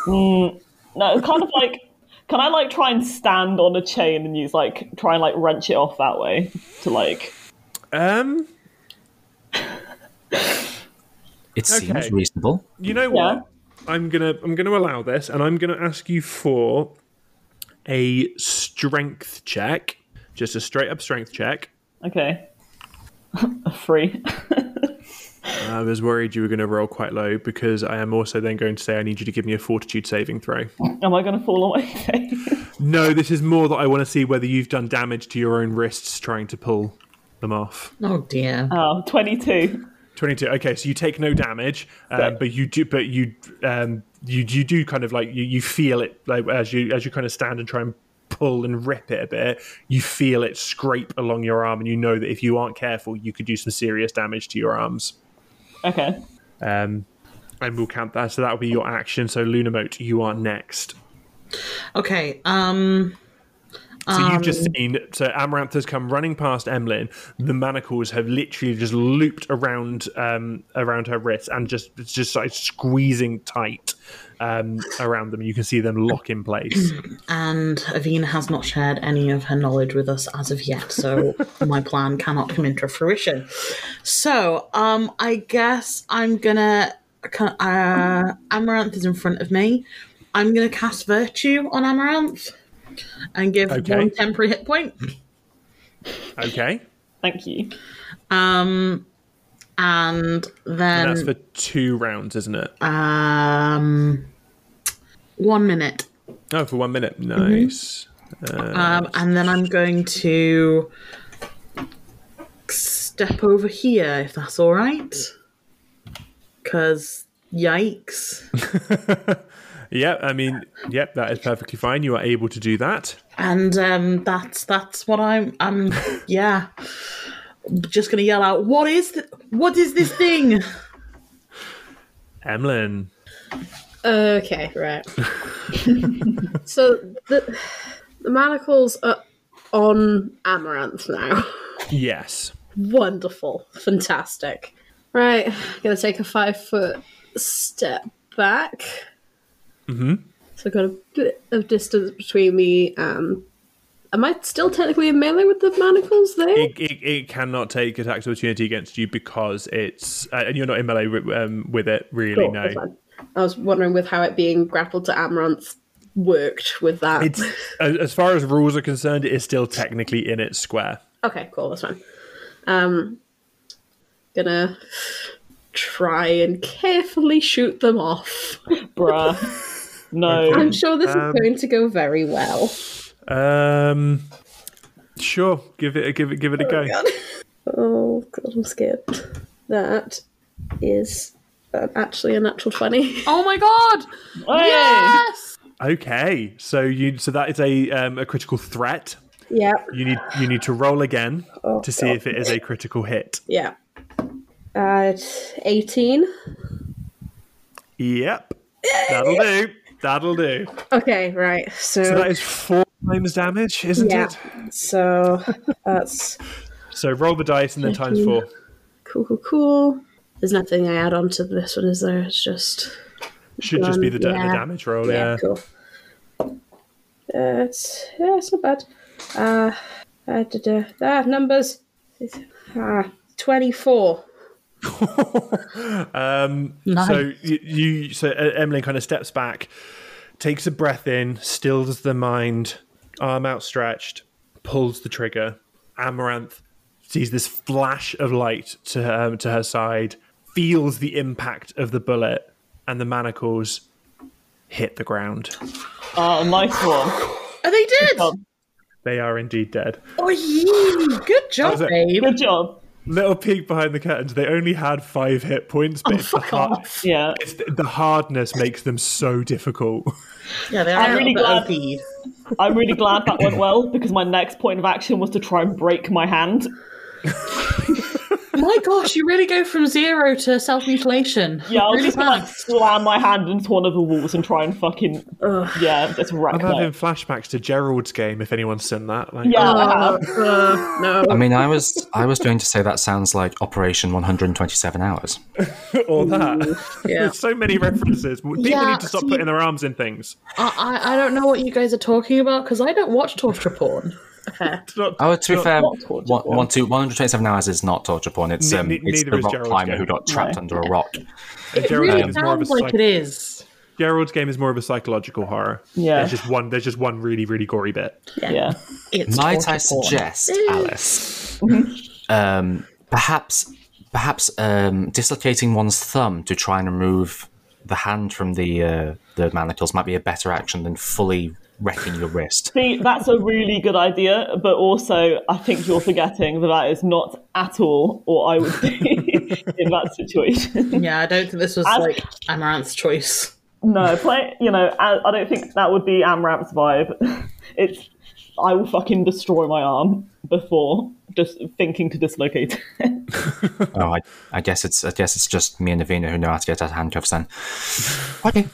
[SPEAKER 3] No, it's kind of like, can I like try and stand on a chain and use like, try and like wrench it off that way to like,
[SPEAKER 1] Um,
[SPEAKER 2] It seems
[SPEAKER 1] Okay.
[SPEAKER 2] reasonable.
[SPEAKER 1] you know
[SPEAKER 3] Yeah.
[SPEAKER 1] what? I'm gonna I'm gonna allow this, and I'm gonna ask you for a strength check, just a straight up strength check.
[SPEAKER 3] okay. (laughs) A Free.
[SPEAKER 1] I was worried you were going to roll quite low because I am also then going to say I need you to give me a fortitude saving throw.
[SPEAKER 3] Am I going to fall on my face? (laughs)
[SPEAKER 1] No, this is more that I want to see whether you've done damage to your own wrists trying to pull them off.
[SPEAKER 5] Oh dear.
[SPEAKER 3] Oh, 22.
[SPEAKER 1] Twenty-two. Okay, so you take no damage, um, but you do, but you um, you you do kind of like you, you feel it like as you as you kind of stand and try and pull and rip it a bit you feel it scrape along your arm and you know that if you aren't careful you could do some serious damage to your arms
[SPEAKER 3] Okay.
[SPEAKER 1] um and we'll count that so that'll be your action so lunamote you are next
[SPEAKER 5] Okay. Um.
[SPEAKER 1] So you've just
[SPEAKER 4] Um,
[SPEAKER 1] seen so Amaranth has come running past Emlyn. The manacles have literally just looped around um, around her wrists and just it's just started squeezing tight um, around them. You can see them lock in
[SPEAKER 4] (clears throat)
[SPEAKER 1] place.
[SPEAKER 5] And Avina has not shared any of her knowledge with us as of
[SPEAKER 1] (laughs)
[SPEAKER 5] yet, so my plan cannot come into fruition. So, um, I guess I'm gonna. ca- Uh, Amaranth is in front of me. I'm gonna cast Virtue on Amaranth and give
[SPEAKER 1] Okay.
[SPEAKER 5] one temporary hit point.
[SPEAKER 1] Okay,
[SPEAKER 3] Thank you.
[SPEAKER 5] Um,
[SPEAKER 1] and
[SPEAKER 5] and then
[SPEAKER 4] Um,
[SPEAKER 1] that's for two rounds, isn't it?
[SPEAKER 4] uh,
[SPEAKER 5] um, one minute.
[SPEAKER 1] No, Oh, for one minute.
[SPEAKER 4] mm-hmm.
[SPEAKER 1] Nice.
[SPEAKER 5] Um, and then I'm going to step over here, if that's all right. Because, yikes.
[SPEAKER 1] Yeah, I mean, yep, that is perfectly fine. You are able to do that.
[SPEAKER 5] And um, that's that's what I'm. I'm yeah. Just gonna yell out, "What is th- what is this thing?"
[SPEAKER 1] Emlyn,
[SPEAKER 4] Okay, right. so the the manacles are on Amaranth now.
[SPEAKER 1] yes.
[SPEAKER 4] Wonderful, fantastic. Right, gonna take a five foot step back. Mm-hmm. So I've got a bit of distance between me and. Am I still technically in melee with the manacles there?
[SPEAKER 1] it, it, it cannot take attacks of opportunity against you because it's uh, and you're not in melee wi- um, with it really
[SPEAKER 4] Cool,
[SPEAKER 1] no
[SPEAKER 4] that's fine. I was wondering with how it being grappled to Amaranth worked with that.
[SPEAKER 1] it's as as far as rules are concerned it is still technically in its square
[SPEAKER 4] Okay, cool. That's fine. Um, gonna try and carefully shoot them off.
[SPEAKER 5] (laughs)
[SPEAKER 3] Bruh. No.
[SPEAKER 4] I'm sure this is going to go very well.
[SPEAKER 1] um sure give it a give it give it a go
[SPEAKER 4] Oh god, I'm scared. That is uh, actually a natural twenty.
[SPEAKER 5] (laughs)
[SPEAKER 4] (laughs)
[SPEAKER 5] Oh my god!
[SPEAKER 3] Hey!
[SPEAKER 5] Yes!
[SPEAKER 1] okay so you so that is a um, a critical threat
[SPEAKER 4] yep.
[SPEAKER 1] you need you need to roll again to see
[SPEAKER 4] God.
[SPEAKER 1] if it is a critical hit
[SPEAKER 4] Yeah. At eighteen.
[SPEAKER 1] yep that'll do that'll do
[SPEAKER 4] Okay, right. So,
[SPEAKER 1] so that is four times damage isn't
[SPEAKER 4] yeah.
[SPEAKER 1] it
[SPEAKER 4] So that's
[SPEAKER 1] so roll the dice and then times four
[SPEAKER 4] cool, cool, cool. There's nothing I add on to this one, is there? It's just
[SPEAKER 1] Should just be the, da- the
[SPEAKER 4] Yeah.
[SPEAKER 1] damage roll,
[SPEAKER 4] Oh, Yeah,
[SPEAKER 1] yeah.
[SPEAKER 4] cool. Uh, it's, yeah, it's not bad. Uh, uh, da, da, ah, numbers. Ah, 24.
[SPEAKER 1] So you, you so uh, Emily kind of steps back, takes a breath in, stills the mind, arm outstretched, pulls the trigger. Amaranth sees this flash of light to her, um, to her side, feels the impact of the bullet, and the manacles hit the ground.
[SPEAKER 3] Ah, nice one.
[SPEAKER 5] Are they dead?
[SPEAKER 3] Oh.
[SPEAKER 1] They are indeed dead.
[SPEAKER 5] Oh, yee. Good job,
[SPEAKER 1] was it.
[SPEAKER 5] babe.
[SPEAKER 3] Good job.
[SPEAKER 1] Little peek behind the curtains. They only had five hit points, but it's the, har-
[SPEAKER 3] Yeah.
[SPEAKER 1] it's the- the hardness makes them so difficult. (laughs)
[SPEAKER 5] Yeah, they are
[SPEAKER 3] I'm
[SPEAKER 5] a
[SPEAKER 3] really
[SPEAKER 5] little
[SPEAKER 3] glad-
[SPEAKER 5] bit OP.
[SPEAKER 3] I'm really glad that went well because my next point of action was to try and break my hand.
[SPEAKER 5] My gosh, you really go from zero to self mutilation.
[SPEAKER 3] Yeah, I was
[SPEAKER 5] really
[SPEAKER 3] just gonna like
[SPEAKER 5] fast.
[SPEAKER 3] slam my hand into one of the walls and try and fucking yeah, just wreck
[SPEAKER 1] I'm having
[SPEAKER 3] that.
[SPEAKER 1] flashbacks to Gerald's game. If anyone's seen that, like,
[SPEAKER 3] Yeah, I have.
[SPEAKER 4] Uh, no.
[SPEAKER 2] I mean, I was I was going to say that sounds like Operation 127 Hours.
[SPEAKER 1] or (laughs) that.
[SPEAKER 5] Yeah.
[SPEAKER 1] There's so many references. People
[SPEAKER 5] Yeah,
[SPEAKER 1] need to stop
[SPEAKER 5] see-
[SPEAKER 1] putting their arms in things.
[SPEAKER 5] I, I, I don't know what you guys are talking about because I don't watch torture porn.
[SPEAKER 1] It's not-
[SPEAKER 2] Oh, to be fair,
[SPEAKER 3] torture
[SPEAKER 2] one, one to 127 Hours is not torture porn. It's
[SPEAKER 1] Ne-
[SPEAKER 2] um,
[SPEAKER 1] ne-
[SPEAKER 2] it's
[SPEAKER 1] neither
[SPEAKER 2] the
[SPEAKER 1] is
[SPEAKER 2] rock
[SPEAKER 1] Gerald's
[SPEAKER 2] climber
[SPEAKER 1] game.
[SPEAKER 2] who got trapped under a rock.
[SPEAKER 1] Gerald's,
[SPEAKER 5] It really
[SPEAKER 1] game is more of a
[SPEAKER 5] sounds like
[SPEAKER 1] psych-
[SPEAKER 5] it is.
[SPEAKER 1] Gerald's game is more of a psychological horror.
[SPEAKER 3] Yeah.
[SPEAKER 1] There's just one. There's just one really, really gory bit.
[SPEAKER 3] Yeah.
[SPEAKER 5] It's
[SPEAKER 2] Might
[SPEAKER 5] torture
[SPEAKER 2] I suggest, Alice, um, perhaps perhaps um, dislocating one's thumb to try and remove the hand from the uh, the manacles might be a better action than fully wrecking your wrist.
[SPEAKER 3] See, that's a really good idea, but also I think you're forgetting that that is not at all what I would do (laughs) in that situation.
[SPEAKER 5] porn. Yeah, I don't think this was like Amaranth's choice.
[SPEAKER 3] No, play. You know, I, I don't think that would be Amramp's vibe. (laughs) it's I will fucking destroy my arm before just thinking to dislocate. it. (laughs)
[SPEAKER 2] Oh, I, I guess it's I guess it's just me and Navina who know how to get out of handcuffs then. Okay.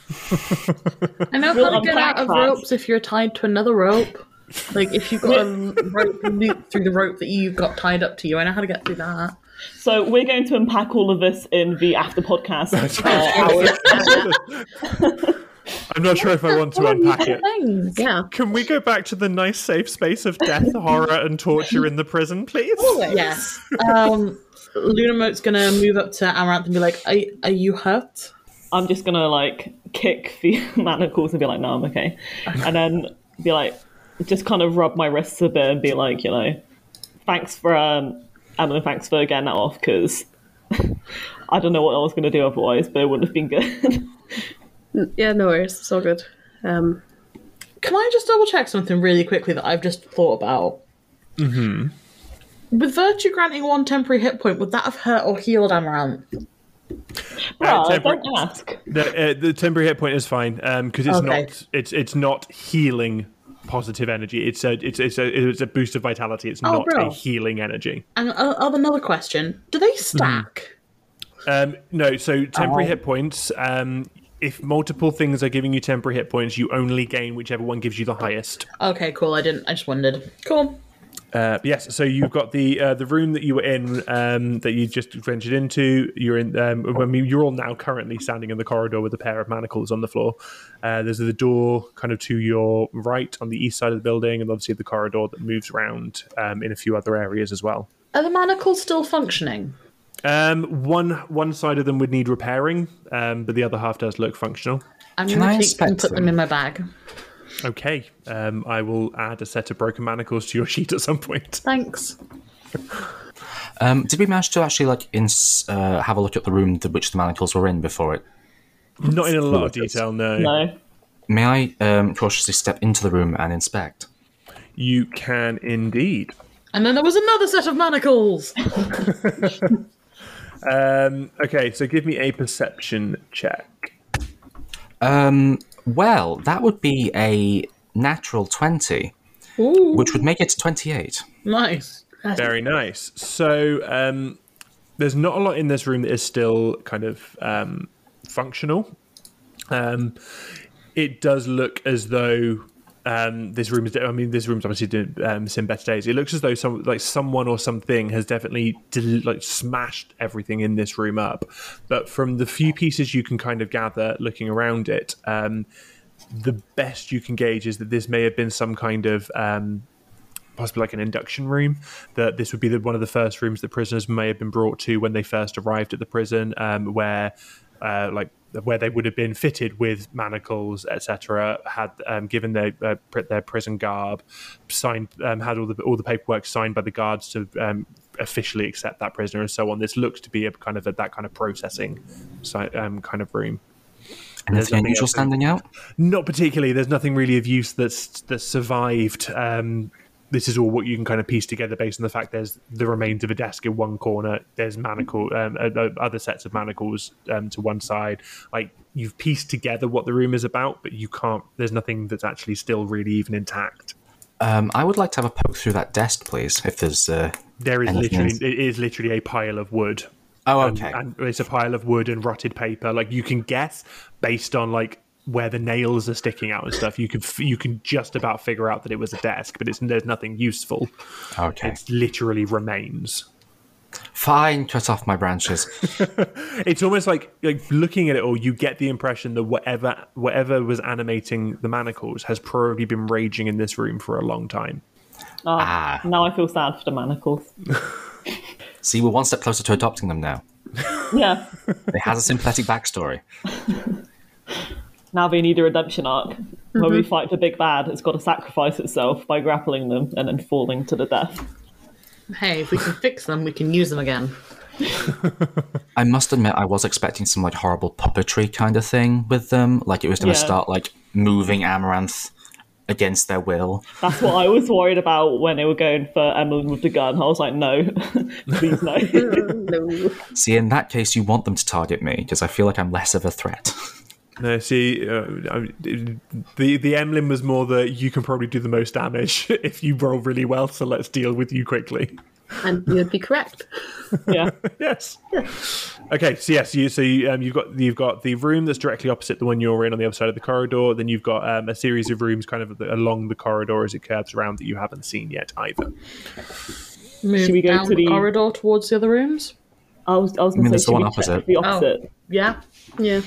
[SPEAKER 5] I know
[SPEAKER 3] We'll
[SPEAKER 5] how to get
[SPEAKER 3] unpack
[SPEAKER 5] out of
[SPEAKER 3] that.
[SPEAKER 5] ropes if you're tied to another rope. Like if you've got a (laughs) rope loop through the rope that you've got tied up to you, I know how to get through that.
[SPEAKER 3] so we're going to unpack all of this in the after podcast. uh,
[SPEAKER 1] I'm not sure if I want to unpack it.
[SPEAKER 5] Things.
[SPEAKER 4] Yeah.
[SPEAKER 1] Can we go back to the nice safe space of death, horror, and torture in the prison, please?
[SPEAKER 5] Yes. Um, Lunamote's gonna move up to Amaranth and be like, "Are, are you hurt?"
[SPEAKER 3] I'm just gonna like kick the (laughs) manacles and be like, no, I'm okay, and then be like, just kind of rub my wrists a bit and be like, you know, thanks for um, Emily, thanks for getting that off because (laughs) I don't know what I was gonna do otherwise, but it wouldn't have been good. (laughs)
[SPEAKER 4] Yeah, no worries. It's all good. Um,
[SPEAKER 5] Can I just double check something really quickly that I've just thought about? Mm-hmm. With virtue granting one temporary hit point, would that have hurt or healed Amaranth?
[SPEAKER 1] Uh,
[SPEAKER 3] Bruh,
[SPEAKER 1] temporary-
[SPEAKER 3] don't ask.
[SPEAKER 1] The, uh, the temporary hit point is fine because it's
[SPEAKER 5] Okay.
[SPEAKER 1] not it's it's not healing positive energy. It's a it's it's a it's a boost of vitality. It's
[SPEAKER 5] Oh,
[SPEAKER 1] not
[SPEAKER 5] bro.
[SPEAKER 1] a healing energy.
[SPEAKER 5] And uh, uh, another question: Do they stack?
[SPEAKER 1] Um, no, so
[SPEAKER 5] Oh.
[SPEAKER 1] temporary hit points. Um, if multiple things are giving you temporary hit points, you only gain whichever one gives you the highest.
[SPEAKER 5] Okay, cool. I didn't. I just wondered. Cool.
[SPEAKER 1] Uh, but yes, so you've got the uh, the room that you were in um, that you just ventured into. You're in. Um, I mean, you're all now currently standing in the corridor with a pair of manacles on the floor. Uh, there's the door kind of to your right on the east side of the building, and obviously the corridor that moves around um, in a few other areas as well.
[SPEAKER 5] Are the manacles still functioning?
[SPEAKER 1] Um, one one side of them would need repairing, um, but the other half does look functional.
[SPEAKER 5] I'm
[SPEAKER 2] Can
[SPEAKER 5] gonna
[SPEAKER 2] I
[SPEAKER 5] take and
[SPEAKER 2] inspect
[SPEAKER 5] put them
[SPEAKER 2] them?
[SPEAKER 5] in my bag.
[SPEAKER 1] Okay, um, I will add a set of broken manacles to your (laughs) sheet at some point.
[SPEAKER 5] Thanks.
[SPEAKER 2] Um, did we manage to actually like ins- uh, have a look at the room that which the manacles were in before it?
[SPEAKER 1] Not in a lot of
[SPEAKER 2] Cool.
[SPEAKER 1] detail,
[SPEAKER 3] No.
[SPEAKER 2] May I um, cautiously step into the room and inspect?
[SPEAKER 1] You can indeed.
[SPEAKER 5] And then there was another set of manacles. (laughs)
[SPEAKER 1] Um, okay, so give me a perception check.
[SPEAKER 2] Um, well, that would be a natural twenty,
[SPEAKER 5] Ooh,
[SPEAKER 2] which would make it twenty-eight.
[SPEAKER 5] nice.
[SPEAKER 1] Very nice. So um, there's not a lot in this room that is still kind of um, functional. Um, it does look as though um, this room is. I mean, this room's obviously doing, um, seen better days. It looks as though some like someone or something has definitely del- like smashed everything in this room up. But from the few pieces you can kind of gather looking around it, um, the best you can gauge is that this may have been some kind of um, possibly like an induction room. That this would be the, one of the first rooms that prisoners may have been brought to when they first arrived at the prison, um, where uh, like where they would have been fitted with manacles, etc. Had um, given their uh, pr- their prison garb, signed um, had all the all the paperwork signed by the guards to. Um, officially accept that prisoner and so on this looks to be a kind of a, that kind of processing si- um, kind of room
[SPEAKER 2] Anything
[SPEAKER 1] nothing
[SPEAKER 2] unusual
[SPEAKER 1] else in-
[SPEAKER 2] standing out?
[SPEAKER 1] not particularly. There's nothing really of use that's that's survived. Um, this is all what you can kind of piece together based on the fact there's the remains of a desk in one corner. There's manacle, um, uh, uh, other sets of manacles um, to one side. Like you've pieced together what the room is about, but you can't. There's nothing that's actually still really even intact.
[SPEAKER 2] Um, I would like to have a poke through that desk, please. If there's, uh...
[SPEAKER 1] There is
[SPEAKER 2] Anything
[SPEAKER 1] literally
[SPEAKER 2] else?
[SPEAKER 1] it is literally a pile of wood.
[SPEAKER 2] oh,
[SPEAKER 1] And-
[SPEAKER 2] okay.
[SPEAKER 1] and it's a pile of wood and rotted paper. Like you can guess based on like where the nails are sticking out and stuff. You can f- you can just about figure out that it was a desk, but it's there's nothing useful.
[SPEAKER 2] okay.
[SPEAKER 1] It's literally remains.
[SPEAKER 2] Fine. Cut off my branches.
[SPEAKER 1] It's almost like like looking at it all, you get the impression that whatever whatever was animating the manacles has probably been raging in this room for a long time.
[SPEAKER 2] ah.
[SPEAKER 3] Now I feel sad for the manacles.
[SPEAKER 2] See, we're one step closer to adopting them now.
[SPEAKER 3] Yeah.
[SPEAKER 2] It has a sympathetic backstory.
[SPEAKER 3] Now they need a redemption arc. When we fight the big bad, it's got to sacrifice itself by grappling them and then falling to the death.
[SPEAKER 5] Hey, if we can fix them, we can use them again.
[SPEAKER 2] I must admit, I was expecting some like horrible puppetry kind of thing with them. Like it was going to
[SPEAKER 3] Yeah.
[SPEAKER 2] start like moving Amaranth against their will.
[SPEAKER 3] That's what I was worried about when they were going for Emily with the gun. I was like, no, (laughs)
[SPEAKER 1] (laughs)
[SPEAKER 3] please no.
[SPEAKER 4] no.
[SPEAKER 2] See, in that case, you want them to target me because I feel like I'm less of a threat.
[SPEAKER 1] No, see, uh, I- the the emblem was more that you can probably do the most damage (laughs) if you roll really well. So let's deal with you quickly.
[SPEAKER 4] And you'd be correct.
[SPEAKER 3] Yeah.
[SPEAKER 1] (laughs) yes. Okay. So yes, you so you, um, you've got you've got the room that's directly opposite the one you're in on the other side of the corridor. Then you've got um, a series of rooms kind of along the corridor as it curves around that you haven't seen yet either.
[SPEAKER 5] Move
[SPEAKER 3] Should we go
[SPEAKER 5] down
[SPEAKER 3] to
[SPEAKER 5] the
[SPEAKER 3] the-
[SPEAKER 5] corridor towards the other rooms?
[SPEAKER 3] I was, I was
[SPEAKER 2] mean
[SPEAKER 3] going to
[SPEAKER 2] there's
[SPEAKER 3] say,
[SPEAKER 2] the one
[SPEAKER 3] should we check
[SPEAKER 2] opposite?
[SPEAKER 3] the
[SPEAKER 1] Oh.
[SPEAKER 3] opposite.
[SPEAKER 5] Yeah.
[SPEAKER 4] Yeah.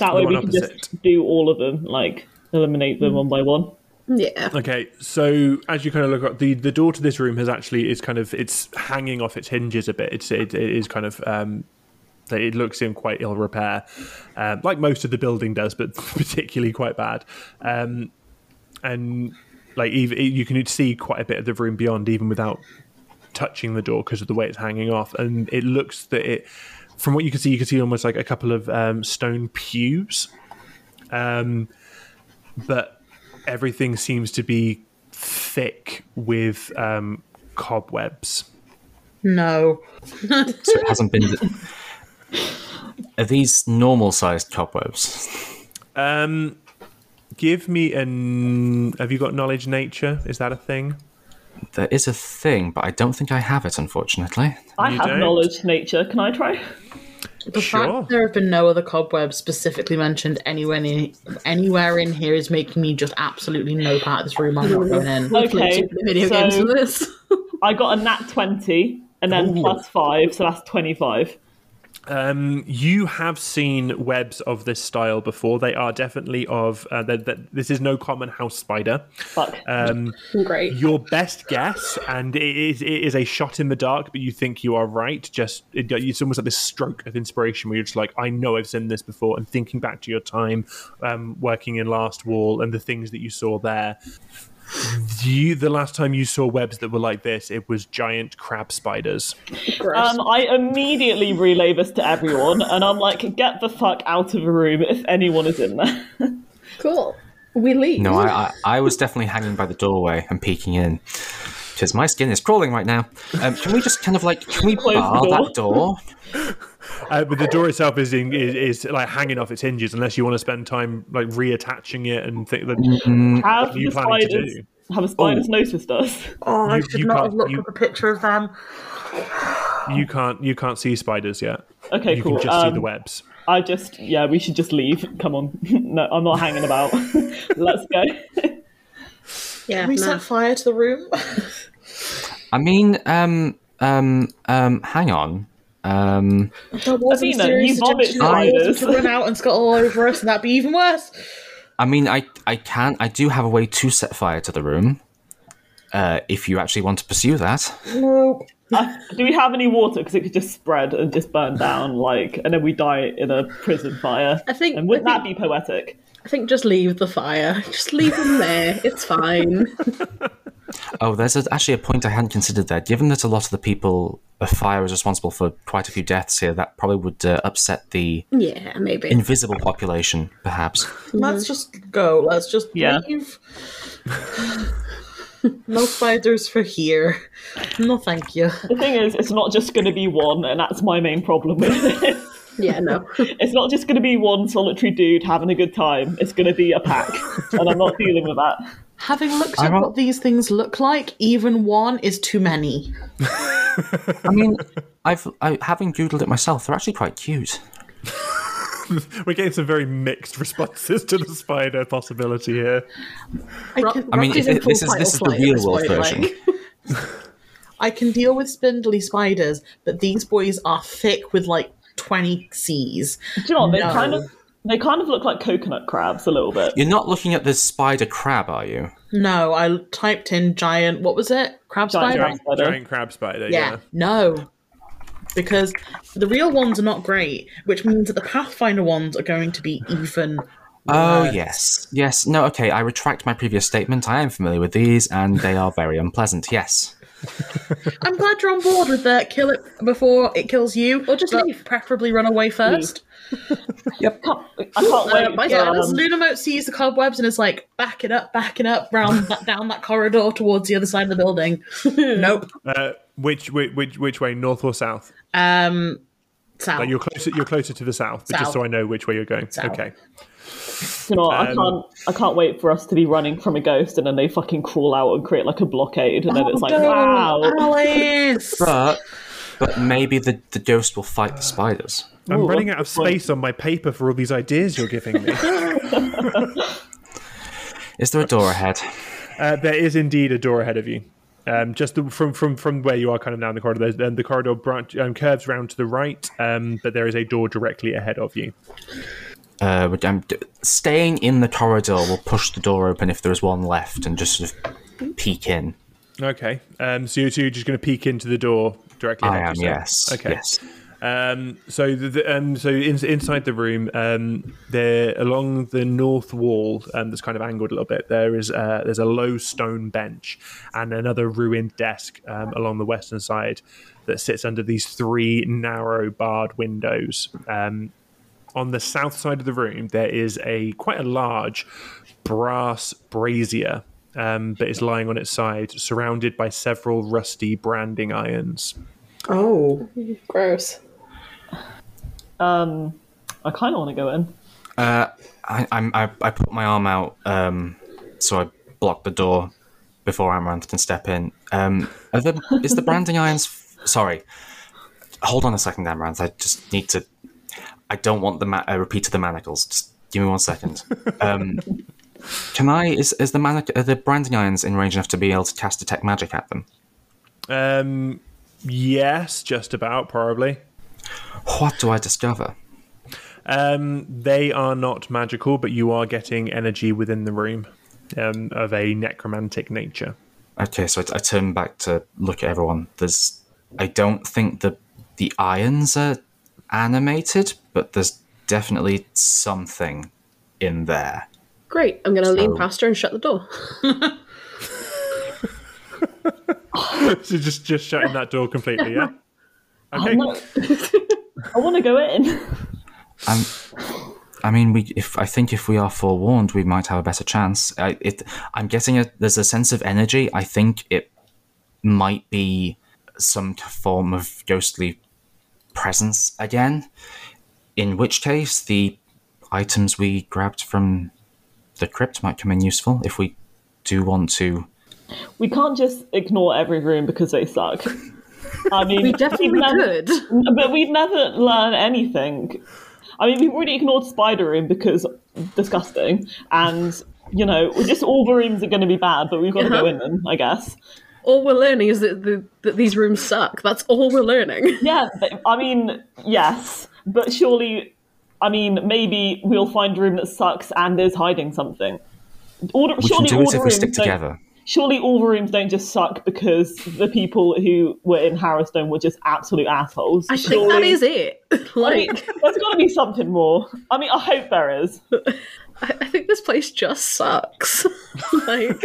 [SPEAKER 3] That way
[SPEAKER 1] one
[SPEAKER 3] we can
[SPEAKER 1] opposite. Hmm.
[SPEAKER 3] just do all of them, like eliminate them one by one.
[SPEAKER 4] Yeah.
[SPEAKER 1] (laughs) Okay, so as you kind of look up, the, the door to this room has actually is kind of it's hanging off its hinges a bit. It's it, it is kind of um, that it looks in quite ill repair, um, like most of the building does, but (laughs) particularly quite bad. Um, and like even, you can see quite a bit of the room beyond, even without touching the door because of the way it's hanging off. And it looks that it, from what you can see, you can see almost like a couple of um, stone pews Um, but everything seems to be thick with um, cobwebs.
[SPEAKER 5] No.
[SPEAKER 2] So it hasn't been.
[SPEAKER 3] (laughs)
[SPEAKER 2] Are these normal sized cobwebs?
[SPEAKER 1] Give me an. Have you got knowledge nature? Is that a thing?
[SPEAKER 2] There is a thing, but I don't think I have it, unfortunately.
[SPEAKER 3] I
[SPEAKER 1] You
[SPEAKER 3] have
[SPEAKER 1] don't?
[SPEAKER 3] knowledge, nature. Can I try?
[SPEAKER 5] The
[SPEAKER 1] Sure.
[SPEAKER 5] fact that there have been no other cobwebs specifically mentioned anywhere in, anywhere in here is making me just absolutely no part of this room. I'm not going in.
[SPEAKER 3] Okay,
[SPEAKER 4] Played Video games
[SPEAKER 3] so
[SPEAKER 5] (laughs)
[SPEAKER 4] for this.
[SPEAKER 3] I got a nat 20 and then
[SPEAKER 1] Ooh.
[SPEAKER 3] plus 5, so that's 25.
[SPEAKER 1] Um, you have seen webs of this style before. They are definitely of. Uh, that that- this is no common house spider.
[SPEAKER 3] Fuck.
[SPEAKER 1] Um,
[SPEAKER 4] Great.
[SPEAKER 1] your best guess, and it is, it is a shot in the dark, but you think you are right. Just it, it's almost like this stroke of inspiration where you're just like, I know I've seen this before, and thinking back to your time um, working in Last Wall and the things that you saw there. You, the last time you saw webs that were like this, it was giant crab spiders.
[SPEAKER 4] Gross.
[SPEAKER 3] Um, I immediately relay this to everyone, and I'm like, get the fuck out of the room if anyone is in there.
[SPEAKER 4] cool. We leave.
[SPEAKER 2] No, I, I, I was definitely hanging by the doorway and peeking in because my skin is crawling right now. Um, can we just kind of like can we
[SPEAKER 3] Close the
[SPEAKER 2] bar
[SPEAKER 3] door.
[SPEAKER 2] that door?
[SPEAKER 1] Uh, but the door itself is, in, is is like hanging off its hinges, unless you want to spend time like reattaching it and think that
[SPEAKER 3] Mm. Have
[SPEAKER 1] you
[SPEAKER 3] the
[SPEAKER 1] planning to
[SPEAKER 3] spiders,
[SPEAKER 1] do?
[SPEAKER 3] have a spider's noticed us?
[SPEAKER 5] Oh, I
[SPEAKER 1] You-
[SPEAKER 5] should
[SPEAKER 1] you
[SPEAKER 5] not
[SPEAKER 1] can't-
[SPEAKER 5] have looked
[SPEAKER 1] you-
[SPEAKER 5] at the picture of them.
[SPEAKER 1] you can't you can't see spiders yet.
[SPEAKER 3] Okay,
[SPEAKER 1] you
[SPEAKER 3] cool.
[SPEAKER 1] can just see the
[SPEAKER 3] Um,
[SPEAKER 1] webs.
[SPEAKER 3] I just, yeah, we should just leave. Come on. (laughs) no, I'm not hanging about. (laughs) Let's go.
[SPEAKER 4] yeah.
[SPEAKER 5] We
[SPEAKER 4] no.
[SPEAKER 5] set fire to the room.
[SPEAKER 2] I mean, um, um, um, hang on. Um,
[SPEAKER 5] There was a
[SPEAKER 3] Athena,
[SPEAKER 5] serious
[SPEAKER 3] you vomit
[SPEAKER 5] suggestion that
[SPEAKER 2] spiders.
[SPEAKER 5] water could run out and scuttle all over us, and that'd be even worse.
[SPEAKER 2] I mean, I I can I do have a way to set fire to the room. Uh, if you actually want to pursue that,
[SPEAKER 5] Nope.
[SPEAKER 3] Uh, do we have any water? Because it could just spread and just burn down, like, and then we die in a prison fire.
[SPEAKER 4] I think-
[SPEAKER 3] And wouldn't
[SPEAKER 4] I
[SPEAKER 3] that be poetic?
[SPEAKER 4] I think just leave the fire. (laughs) Just leave them there. It's fine.
[SPEAKER 2] oh, there's a, actually a point I hadn't considered there. Given that a lot of the people, a fire is responsible for quite a few deaths here, that probably would uh, upset the
[SPEAKER 4] (laughs) Yeah, maybe.
[SPEAKER 2] invisible population, perhaps.
[SPEAKER 5] Let's just go. Let's just
[SPEAKER 3] Yeah.
[SPEAKER 5] leave. (laughs) no spiders for here. No, thank you.
[SPEAKER 3] The thing is, it's not just going to be one, and that's my main problem with it. (laughs)
[SPEAKER 4] yeah, no.
[SPEAKER 3] It's not just going to be one solitary dude having a good time. It's going to be a pack, and I'm not dealing with that.
[SPEAKER 5] Having looked
[SPEAKER 2] I'm
[SPEAKER 5] at
[SPEAKER 2] not-
[SPEAKER 5] what these things look like, even one is too many.
[SPEAKER 2] I mean, (laughs) I've I, having doodled it myself. They're actually quite cute.
[SPEAKER 1] We're getting some very mixed (laughs) responses to the spider possibility here.
[SPEAKER 5] I can,
[SPEAKER 2] I mean,
[SPEAKER 4] Roxy's
[SPEAKER 2] it-
[SPEAKER 4] in
[SPEAKER 2] it- this
[SPEAKER 4] full
[SPEAKER 2] is
[SPEAKER 4] title
[SPEAKER 2] this is the
[SPEAKER 4] flight at
[SPEAKER 2] real
[SPEAKER 4] this
[SPEAKER 2] world
[SPEAKER 4] point,
[SPEAKER 2] version.
[SPEAKER 4] like.
[SPEAKER 5] I can deal with spindly spiders, but these boys are thick with like twenty C's.
[SPEAKER 3] Do you know what? They
[SPEAKER 5] No.
[SPEAKER 3] kind of they kind of look like coconut crabs a little bit.
[SPEAKER 2] You're not looking at the spider crab, are you?
[SPEAKER 5] No, I typed in giant. What was it? Crab
[SPEAKER 3] Giant
[SPEAKER 5] spider.
[SPEAKER 3] crab
[SPEAKER 1] Giant,
[SPEAKER 3] spider.
[SPEAKER 1] giant crab spider.
[SPEAKER 5] Yeah.
[SPEAKER 1] Yeah.
[SPEAKER 5] No. Because the real ones are not great, which means that the Pathfinder ones are going to be even.
[SPEAKER 2] Oh yes, yes. No, okay. I retract my previous statement. I am familiar with these, and they are very unpleasant. Yes.
[SPEAKER 5] I'm glad you're on board with that. Kill it before it kills you. Or
[SPEAKER 4] just leave.
[SPEAKER 5] Preferably run away first.
[SPEAKER 3] Can't- I can't
[SPEAKER 5] Uh,
[SPEAKER 3] wait.
[SPEAKER 5] by
[SPEAKER 3] Um,
[SPEAKER 5] silence, Lunamote sees the cobwebs and is like backing up, backing up, round that, down that corridor towards the other side of the building. nope.
[SPEAKER 1] Uh, which, which which which way, north or south?
[SPEAKER 5] Um, South.
[SPEAKER 1] Like you're closer, you're closer to the south, but just
[SPEAKER 5] South.
[SPEAKER 1] so I know which way you're going.
[SPEAKER 5] South.
[SPEAKER 1] Okay.
[SPEAKER 3] You know, what, I
[SPEAKER 1] Um,
[SPEAKER 3] can't. I can't wait for us to be running from a ghost, and then they fucking crawl out and create like a blockade, and then
[SPEAKER 4] Oh,
[SPEAKER 3] it's like,
[SPEAKER 5] no,
[SPEAKER 3] wow.
[SPEAKER 5] Alice.
[SPEAKER 2] But but maybe the, the ghost will fight the spiders.
[SPEAKER 1] I'm
[SPEAKER 3] Ooh,
[SPEAKER 1] running out of
[SPEAKER 3] that's a good point.
[SPEAKER 1] space on my paper for all these ideas you're giving me.
[SPEAKER 2] Is there a door ahead?
[SPEAKER 1] (laughs) Uh, there is indeed a door ahead of you. Um, just the, from from from where you are, kind of now in the corridor. There's, um, the corridor branch um, curves round to the right, um, but there is a door directly ahead of you.
[SPEAKER 2] Uh, would- um, d- staying in the corridor will push the door open if there is one left, and just sort of peek in.
[SPEAKER 1] Okay. Um, so you're, so you're just going to peek into the door directly.
[SPEAKER 2] I
[SPEAKER 1] ahead
[SPEAKER 2] am
[SPEAKER 1] of you, so-
[SPEAKER 2] Um, yes.
[SPEAKER 1] Ah, Okay.
[SPEAKER 2] Yes.
[SPEAKER 1] Um, so the, the, um, so in, inside the room, um, there along the north wall um, that's kind of angled a little bit. There is uh, there's a low stone bench and another ruined desk um, along the western side that sits under these three narrow barred windows. Um, on the south side of the room, there is a quite a large brass brazier. Um, that is lying on its side, surrounded by several rusty branding irons.
[SPEAKER 5] Oh,
[SPEAKER 4] (laughs) Gross.
[SPEAKER 3] I kind of want to go in.
[SPEAKER 2] I, I'm, I, I put my arm out, um, so I block the door before Amaranth can step in. Um, are the, is the branding irons? F- sorry, hold on a second, Amaranth. I just need to. I don't want the ma- a repeat of the manacles. Just give me one second. Um, can I? Is is the manic- are the branding irons in range enough to be able to cast detect magic at them?
[SPEAKER 1] Um, yes, just about probably.
[SPEAKER 2] What do I discover?
[SPEAKER 1] Um, they are not magical, but you are getting energy within the room um, of a necromantic nature. (laughs)
[SPEAKER 2] Okay, so I, I turn back to look at everyone. There's, I don't think the the irons are animated, but there's definitely something in there.
[SPEAKER 4] Great. I'm going to lean
[SPEAKER 2] So-
[SPEAKER 4] past her and shut the door.
[SPEAKER 1] so just just shutting that door completely.
[SPEAKER 4] (laughs)
[SPEAKER 1] Yeah.
[SPEAKER 4] Oh,
[SPEAKER 3] I'm
[SPEAKER 1] Okay.
[SPEAKER 3] not- (laughs) I want to go in.
[SPEAKER 2] i I mean, we. If I think if we are forewarned, we might have a better chance. I, it. I'm getting a. There's a sense of energy. I think it might be some form of ghostly presence again. In which case, the items we grabbed from the crypt might come in useful if we do want to.
[SPEAKER 3] We can't just ignore every room because they suck. I mean,
[SPEAKER 4] (laughs) We definitely
[SPEAKER 3] we'd never-
[SPEAKER 4] could.
[SPEAKER 3] but we'd never learn anything. I mean, we've already ignored Spider Room because disgusting, and you know, just all the rooms are going to be bad, but we've got
[SPEAKER 4] Uh-huh.
[SPEAKER 3] to go in them, I guess.
[SPEAKER 4] All we're learning is that, the, that these rooms suck. That's all we're learning.
[SPEAKER 3] Yeah, but, I mean, yes, but surely, I mean, maybe we'll find a room that sucks and is hiding something. All the-
[SPEAKER 2] We
[SPEAKER 3] surely
[SPEAKER 2] can do
[SPEAKER 3] all
[SPEAKER 2] it
[SPEAKER 3] the
[SPEAKER 2] if we
[SPEAKER 3] rooms
[SPEAKER 2] stick
[SPEAKER 3] don't-
[SPEAKER 2] together.
[SPEAKER 3] Surely all the rooms don't just suck because the people who were in Harrowstone were just absolute assholes.
[SPEAKER 4] I think that
[SPEAKER 3] Surely-
[SPEAKER 4] is (laughs) it. Like,
[SPEAKER 3] There's got to be something more. I mean, I hope there is.
[SPEAKER 4] I think this place just sucks. (laughs) like,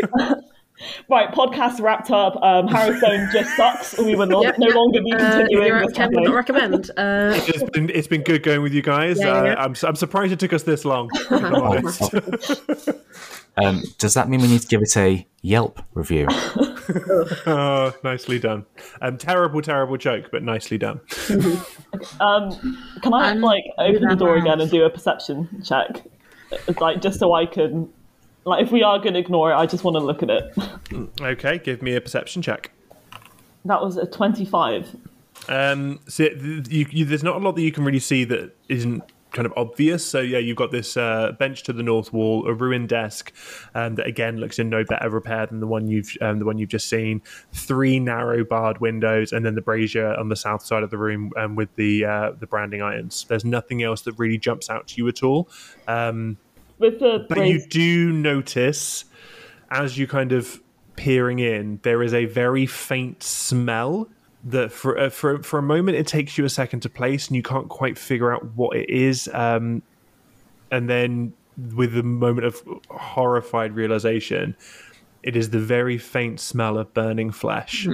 [SPEAKER 3] Right, podcast wrapped up. Um, Harrowstone just sucks. We will not,
[SPEAKER 4] Yep,
[SPEAKER 3] no
[SPEAKER 4] yep.
[SPEAKER 3] longer be
[SPEAKER 4] uh,
[SPEAKER 3] continuing
[SPEAKER 4] you're out
[SPEAKER 3] this
[SPEAKER 4] of 10 would not
[SPEAKER 3] campaign.
[SPEAKER 4] recommend. Uh,
[SPEAKER 1] It's been, it's been good going with you guys.
[SPEAKER 4] Yeah, yeah,
[SPEAKER 1] Uh,
[SPEAKER 4] yeah.
[SPEAKER 1] I'm, su- I'm surprised it took us this
[SPEAKER 4] (laughs)
[SPEAKER 1] long. if I'm
[SPEAKER 4] Oh,
[SPEAKER 1] honest.
[SPEAKER 2] Oh, Um, does that mean we need to give it a Yelp review?
[SPEAKER 1] Oh, nicely done. Um, terrible, terrible joke, but nicely done.
[SPEAKER 3] Can I
[SPEAKER 5] Um,
[SPEAKER 3] like open the
[SPEAKER 5] that
[SPEAKER 3] door
[SPEAKER 5] round.
[SPEAKER 3] again and do a perception check? It's Like just so I can, like, if we are going to ignore it, I just want to look at it.
[SPEAKER 1] Okay, give me a perception check.
[SPEAKER 3] That was a twenty-five.
[SPEAKER 1] Um, so th- you, you, there's not a lot that you can really see that isn't kind of obvious. So yeah, you've got this uh, bench to the north wall, a ruined desk um, that again looks in no better repair than the one you've um, the one you've just seen. Three narrow barred windows, and then the brazier on the south side of the room um, with the uh, the branding irons. There's nothing else that really jumps out to you at all.
[SPEAKER 3] With the
[SPEAKER 1] But you do notice, as you kind of peering in, there is a very faint smell that for uh, for for a moment it takes you a second to place, and you can't quite figure out what it is. Um, and then, with a moment of horrified realization, it is the very faint smell of burning flesh.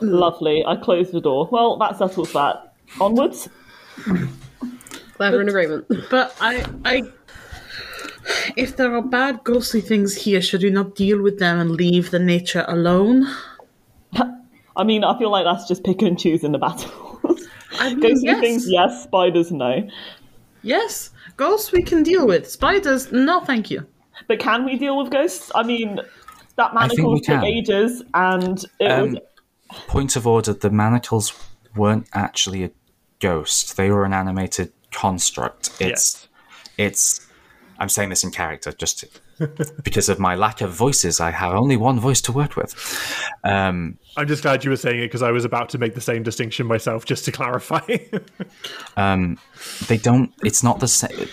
[SPEAKER 3] lovely, I closed the door. Well, that settles that. Onwards.
[SPEAKER 4] glad we're in agreement.
[SPEAKER 5] but I, I. If there are bad ghostly things here, should we not deal with them and leave the nature alone?
[SPEAKER 3] I mean, I feel like that's just pick and choose in the battle. (laughs)
[SPEAKER 5] I mean,
[SPEAKER 3] Ghostly
[SPEAKER 5] yes.
[SPEAKER 3] things, yes. Spiders, no.
[SPEAKER 5] Yes. Ghosts we can deal with. Spiders, no, thank you.
[SPEAKER 3] But can we deal with ghosts? I mean,
[SPEAKER 2] think
[SPEAKER 3] that manacle
[SPEAKER 2] we
[SPEAKER 3] took
[SPEAKER 2] can.
[SPEAKER 3] ages, and it
[SPEAKER 2] Um,
[SPEAKER 3] was
[SPEAKER 2] point of order: the manacles weren't actually a ghost; they were an animated construct. It's, it's. I'm saying this in character, just because of my lack of voices. I have only one voice to work with. Um,
[SPEAKER 1] I'm just glad you were saying it because I was about to make the same distinction myself, just to clarify. (laughs)
[SPEAKER 2] they don't. It's not the same.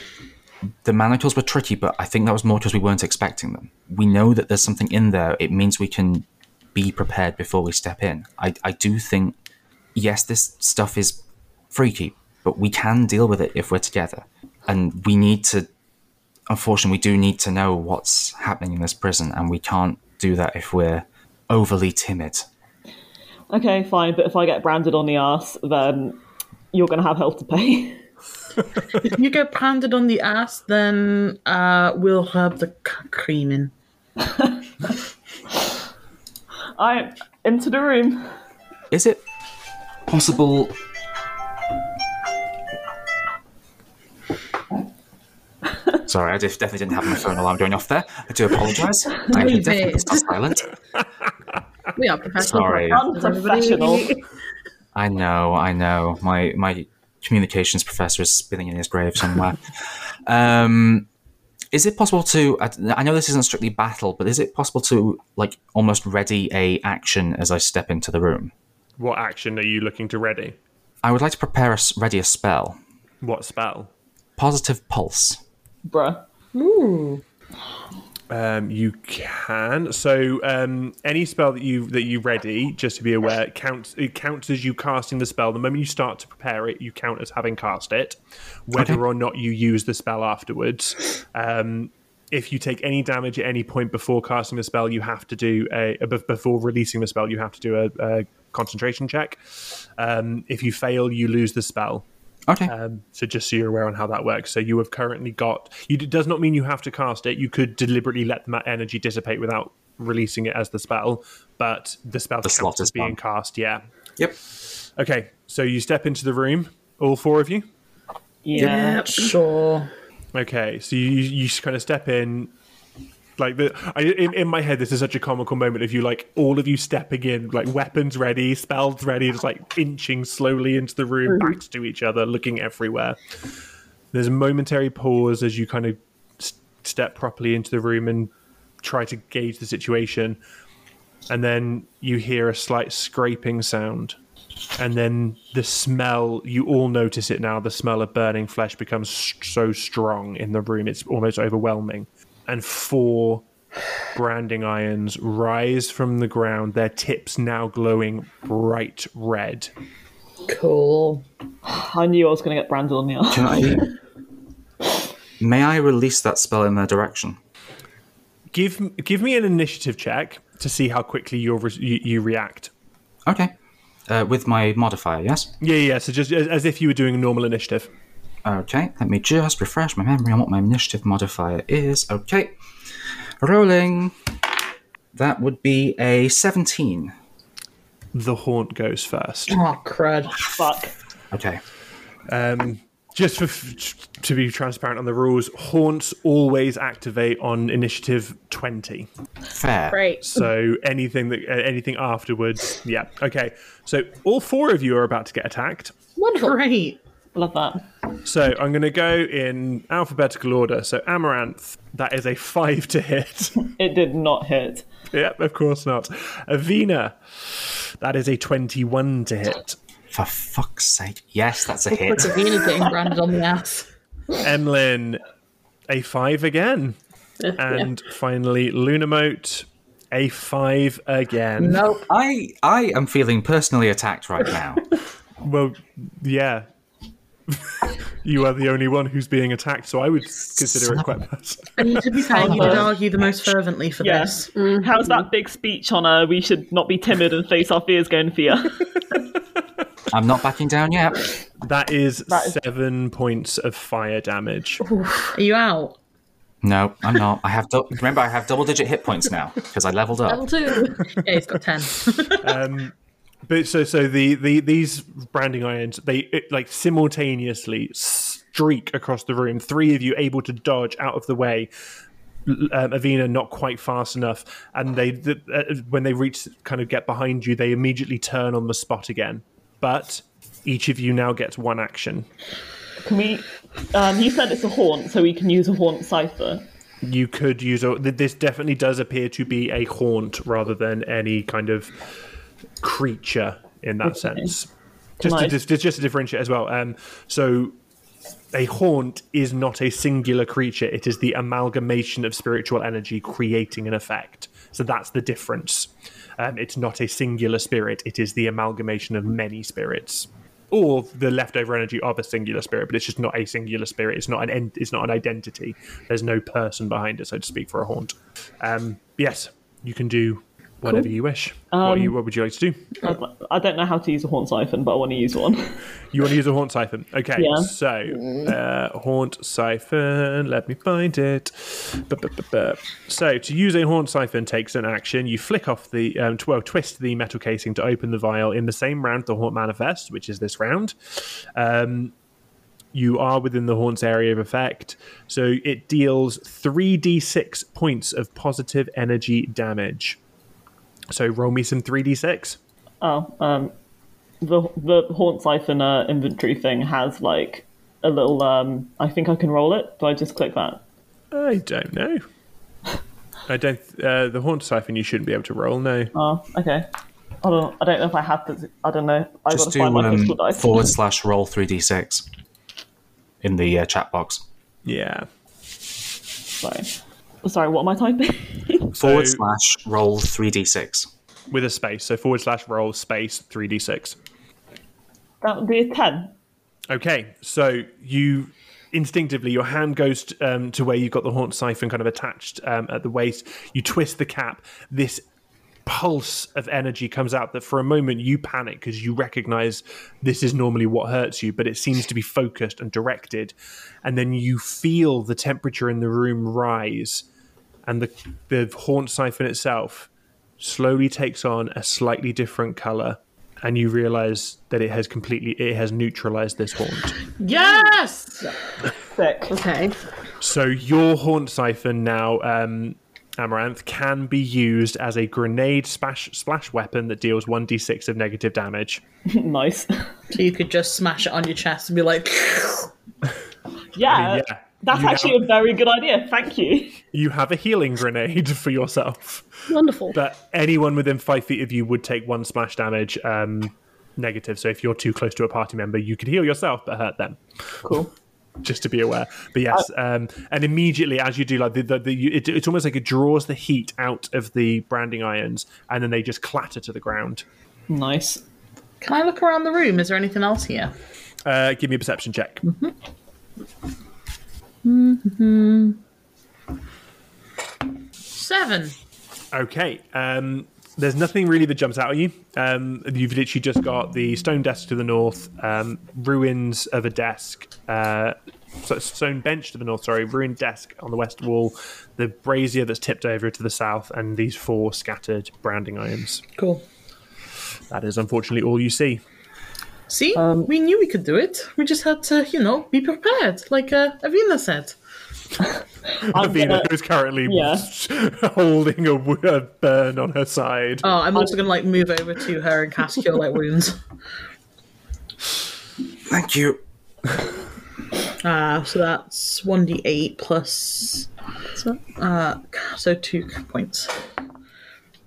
[SPEAKER 2] The manacles were tricky, but I think that was more because we weren't expecting them. We know that there's something in there. It means we can be prepared before we step in. I, I do think, yes, this stuff is freaky, but we can deal with it if we're together. And we need to, unfortunately, we do need to know what's happening in this prison, and we can't do that if we're overly timid.
[SPEAKER 3] okay, fine. But if I get branded on the ass, then you're going to have hell to pay. (laughs)
[SPEAKER 5] If you get pounded on the ass, then uh, we'll have the c- cream in.
[SPEAKER 3] I into the room.
[SPEAKER 2] Is it possible? Sorry, I def- definitely didn't have my phone alarm going off there. I do apologise. I
[SPEAKER 4] Leave
[SPEAKER 2] definitely
[SPEAKER 4] it.
[SPEAKER 2] stop silent.
[SPEAKER 4] We are professional.
[SPEAKER 2] Sorry.
[SPEAKER 4] podcasters, everybody.
[SPEAKER 3] Unprofessional.
[SPEAKER 2] I know, I know. My my communications professor is spinning in his grave somewhere. um, is it possible to? I, I know this isn't strictly battle, but is it possible to like almost ready a action as I step into the room?
[SPEAKER 1] what action are you looking to ready?
[SPEAKER 2] I would like to prepare a s- ready a spell.
[SPEAKER 1] What spell?
[SPEAKER 2] Positive pulse.
[SPEAKER 3] Bruh.
[SPEAKER 1] Um, you can. So um, any spell that you that you ready, just to be aware, counts. It counts as you casting the spell. The moment you start to prepare it, you count as having cast it, whether
[SPEAKER 2] Okay.
[SPEAKER 1] or not you use the spell afterwards. Um, if you take any damage at any point before casting the spell, you have to do a uh, bef- before releasing the spell, you have to do a, a concentration check. Um, if you fail, you lose the spell.
[SPEAKER 2] Okay.
[SPEAKER 1] Um, so just so you're aware on how that works. So you have currently got. You, it does not mean you have to cast it. You could deliberately let the ma- energy dissipate without releasing it as the spell, but the spell counts
[SPEAKER 2] slot
[SPEAKER 1] as
[SPEAKER 2] is
[SPEAKER 1] being
[SPEAKER 2] gone.
[SPEAKER 1] cast. Yeah.
[SPEAKER 2] yep.
[SPEAKER 1] Okay. So you step into the room, all four of you.
[SPEAKER 3] Yeah.
[SPEAKER 5] Sure.
[SPEAKER 1] Okay. So you you just kind of step in. Like the, I, in, in my head, this is such a comical moment of you, like all of you stepping in, like weapons ready, spells ready, just like inching slowly into the room, backs to each other, looking everywhere. There's a momentary pause as you kind of s- step properly into the room and try to gauge the situation. And then you hear a slight scraping sound. And then the smell, you all notice it now, the smell of burning flesh becomes s- so strong in the room, it's almost overwhelming. And four branding irons rise from the ground, their tips now glowing bright red.
[SPEAKER 5] Cool.
[SPEAKER 3] I knew I was going to get branded on the ass.
[SPEAKER 2] Can I? May I release that spell in their direction?
[SPEAKER 1] Give, give me an initiative check to see how quickly you're re- you, you react.
[SPEAKER 2] Okay. Uh, with my modifier, yes?
[SPEAKER 1] Yeah, yeah. So just as, as if you were doing a normal initiative.
[SPEAKER 2] Okay, let me just refresh my memory on what my initiative modifier is. Okay. Rolling. That would be a 17.
[SPEAKER 1] The haunt goes first.
[SPEAKER 5] Oh, crud.
[SPEAKER 3] Fuck.
[SPEAKER 2] Okay.
[SPEAKER 1] Just for, f- to be transparent on the rules, haunts always activate on initiative twenty.
[SPEAKER 2] Fair.
[SPEAKER 4] Great.
[SPEAKER 1] So anything that uh, anything afterwards, yeah. Okay. So all four of you are about to get attacked.
[SPEAKER 4] Wonderful.
[SPEAKER 5] Great.
[SPEAKER 3] Love that.
[SPEAKER 1] So I'm going to go in alphabetical order. So Amaranth, that is a five to hit.
[SPEAKER 3] It did not hit.
[SPEAKER 1] yep, of course not. Avena, that is a twenty-one to hit.
[SPEAKER 2] For fuck's sake. Yes, that's a hit.
[SPEAKER 5] Davina getting branded on the ass.
[SPEAKER 1] Emlyn, a five again. And finally, Lunamote, a five again.
[SPEAKER 5] (laughs) Nope.
[SPEAKER 2] I, I am feeling personally attacked right now.
[SPEAKER 1] Well, yeah. (laughs) you are the only one who's being attacked, so I would consider it quite bad.
[SPEAKER 5] And to be fair, you did argue the most fervently for
[SPEAKER 3] Yeah.
[SPEAKER 5] this.
[SPEAKER 3] How's that big speech on uh, we should not be timid and face our fears going fear?
[SPEAKER 2] I'm not backing down yet.
[SPEAKER 1] That is,
[SPEAKER 3] That is-
[SPEAKER 1] seven points of fire damage.
[SPEAKER 5] Are you out?
[SPEAKER 2] No, I'm not. I have dou- remember I have double digit hit points now because I leveled up.
[SPEAKER 4] Level two.
[SPEAKER 5] Yeah, he's got 10.
[SPEAKER 1] But so so the, the these branding irons they it, like simultaneously streak across the room. Three of you able to dodge out of the way. L- Um, Avena not quite fast enough, and they th- uh, when they reach kind of get behind you, they immediately turn on the spot again. But each of you now gets one action.
[SPEAKER 3] (laughs) Can we? Um, you said it's a haunt, so we can use a haunt cipher.
[SPEAKER 1] You could use a, th- this. Definitely does appear to be a haunt rather than any kind of creature in that sense. Just to,
[SPEAKER 3] Nice.
[SPEAKER 1] just, just to differentiate as well. Um, so a haunt is not a singular creature. It is the amalgamation of spiritual energy creating an effect. So that's the difference. Um, it's not a singular spirit. It is the amalgamation of many spirits, or the leftover energy of a singular spirit. But it's just not a singular spirit. It's not an. En- it's not an identity. There's no person behind it, so to speak, for a haunt. Um, yes, you can do whatever you wish. what, you, what would you like to do?
[SPEAKER 3] I'd li- I don't know how to use a haunt siphon, but I want to use one. (laughs)
[SPEAKER 1] You want to use a haunt siphon? Okay,
[SPEAKER 3] Yeah.
[SPEAKER 1] so uh, haunt siphon. Let me find it. Bup, bup, bup, bup. So to use a haunt siphon takes an action. You flick off the um, tw- well, twist the metal casing to open the vial in the same round the haunt manifests, which is this round. Um, you are within the haunt's area of effect, so it deals three d six points of positive energy damage. So roll me some three d six.
[SPEAKER 3] Oh, um, the the haunt siphon uh, inventory thing has like a little. Um, I think I can roll it. Do I just click that?
[SPEAKER 1] I don't know. I don't. Uh, the haunt siphon you shouldn't be able to roll. No.
[SPEAKER 3] Oh, okay. I don't. I don't know if I have to. I don't know. I
[SPEAKER 2] Just
[SPEAKER 3] gotta
[SPEAKER 2] do
[SPEAKER 3] find my
[SPEAKER 2] um,
[SPEAKER 3] physical dice.
[SPEAKER 2] forward slash roll three d six in the uh, chat box.
[SPEAKER 1] Yeah.
[SPEAKER 3] Sorry. Sorry. What am I typing? (laughs)
[SPEAKER 2] Forward
[SPEAKER 1] So-
[SPEAKER 2] slash roll three d six.
[SPEAKER 1] With a space. So forward slash roll space three d six.
[SPEAKER 3] that would be a ten.
[SPEAKER 1] Okay. So you instinctively your hand goes t- um, to where you've got the haunt siphon kind of attached um, at the waist. You twist the cap. This pulse of energy comes out that for a moment you panic because you recognize this is normally what hurts you, but it seems to be focused and directed. And then you feel the temperature in the room rise, and the, the haunt siphon itself slowly takes on a slightly different color. And you realize that it has completely, it has neutralized this haunt.
[SPEAKER 5] (laughs) Yes!
[SPEAKER 3] Sick.
[SPEAKER 4] Okay.
[SPEAKER 1] So your haunt siphon now, um, Amaranth, can be used as a grenade splash splash weapon that deals one d six of negative damage.
[SPEAKER 3] nice. (laughs)
[SPEAKER 5] So you could just smash it on your chest and be like,
[SPEAKER 3] Yeah.
[SPEAKER 1] I mean, yeah,
[SPEAKER 3] Uh, That's
[SPEAKER 1] you
[SPEAKER 3] actually
[SPEAKER 1] have-
[SPEAKER 3] a very good idea. Thank you.
[SPEAKER 1] You have a healing grenade (laughs) for yourself,
[SPEAKER 4] Wonderful.
[SPEAKER 1] but anyone within five feet of you would take one splash damage um, negative. So if you're too close to a party member, you could heal yourself but hurt them.
[SPEAKER 3] Cool.
[SPEAKER 1] just to be aware. But yes, um, and immediately as you do, like the, the, the you, it, it's almost like it draws the heat out of the branding irons, and then they just clatter to the ground.
[SPEAKER 3] Nice.
[SPEAKER 5] Can I look around the room? Is there anything else here?
[SPEAKER 1] Uh, give me a perception check.
[SPEAKER 5] Seven.
[SPEAKER 1] Okay. Um, there's nothing really that jumps out at you. Um, you've literally just got the stone desk to the north, um, ruins of a desk, uh, so- stone bench to the north, sorry, ruined desk on the west wall, the brazier that's tipped over to the south, and these four scattered branding irons.
[SPEAKER 5] Cool.
[SPEAKER 1] That is unfortunately all you see.
[SPEAKER 5] See, we knew we could do it. We just had to, you know, be prepared, like uh, Avina said.
[SPEAKER 3] I'm
[SPEAKER 1] Avena,
[SPEAKER 3] gonna-
[SPEAKER 1] who's currently
[SPEAKER 3] Yeah.
[SPEAKER 1] (laughs) holding a, wo- a burn on her side.
[SPEAKER 5] Oh, I'm also gonna like move over to her and cast Cure Light Wounds.
[SPEAKER 2] Thank you.
[SPEAKER 5] (laughs) Uh, so that's one d eight plus, so, uh, so two points.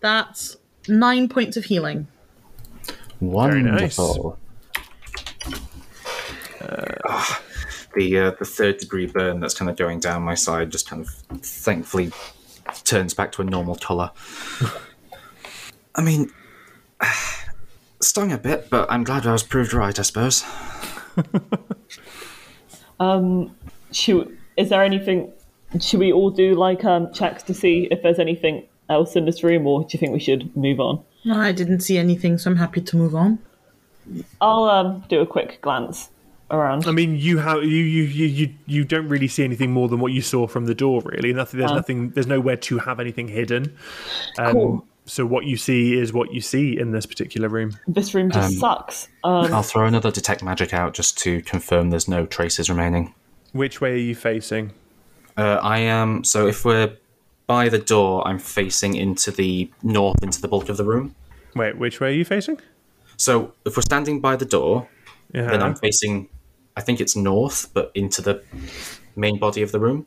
[SPEAKER 5] That's nine points of healing.
[SPEAKER 1] nice.
[SPEAKER 2] Wonderful. Ah, the uh, the third degree burn that's kind of going down my side just kind of thankfully turns back to a normal color. (sighs) I mean, (sighs) stung a bit, but I'm glad I was proved right. I suppose.
[SPEAKER 3] Should, is there anything? Should we all do like um, checks to see if there's anything else in this room, or do you think we should move on?
[SPEAKER 5] No, I didn't see anything, so I'm happy to move on.
[SPEAKER 3] I'll um, do a quick glance around.
[SPEAKER 1] I mean, you have you, you you you you don't really see anything more than what you saw from the door, really. Nothing. There's
[SPEAKER 3] Oh.
[SPEAKER 1] nothing. There's nowhere to have anything hidden. Um,
[SPEAKER 3] Cool.
[SPEAKER 1] So what you see is what you see in this particular room.
[SPEAKER 3] This room just sucks. Um,
[SPEAKER 2] I'll throw another detect magic out just to confirm there's no traces remaining.
[SPEAKER 1] Which way are you facing?
[SPEAKER 2] Uh, I am. So if we're by the door, I'm facing into the north, into the bulk of the room.
[SPEAKER 1] Wait, which way are you facing?
[SPEAKER 2] So if we're standing by the door,
[SPEAKER 1] Yeah.
[SPEAKER 2] then I'm facing. I think it's north, but into the main body of the room.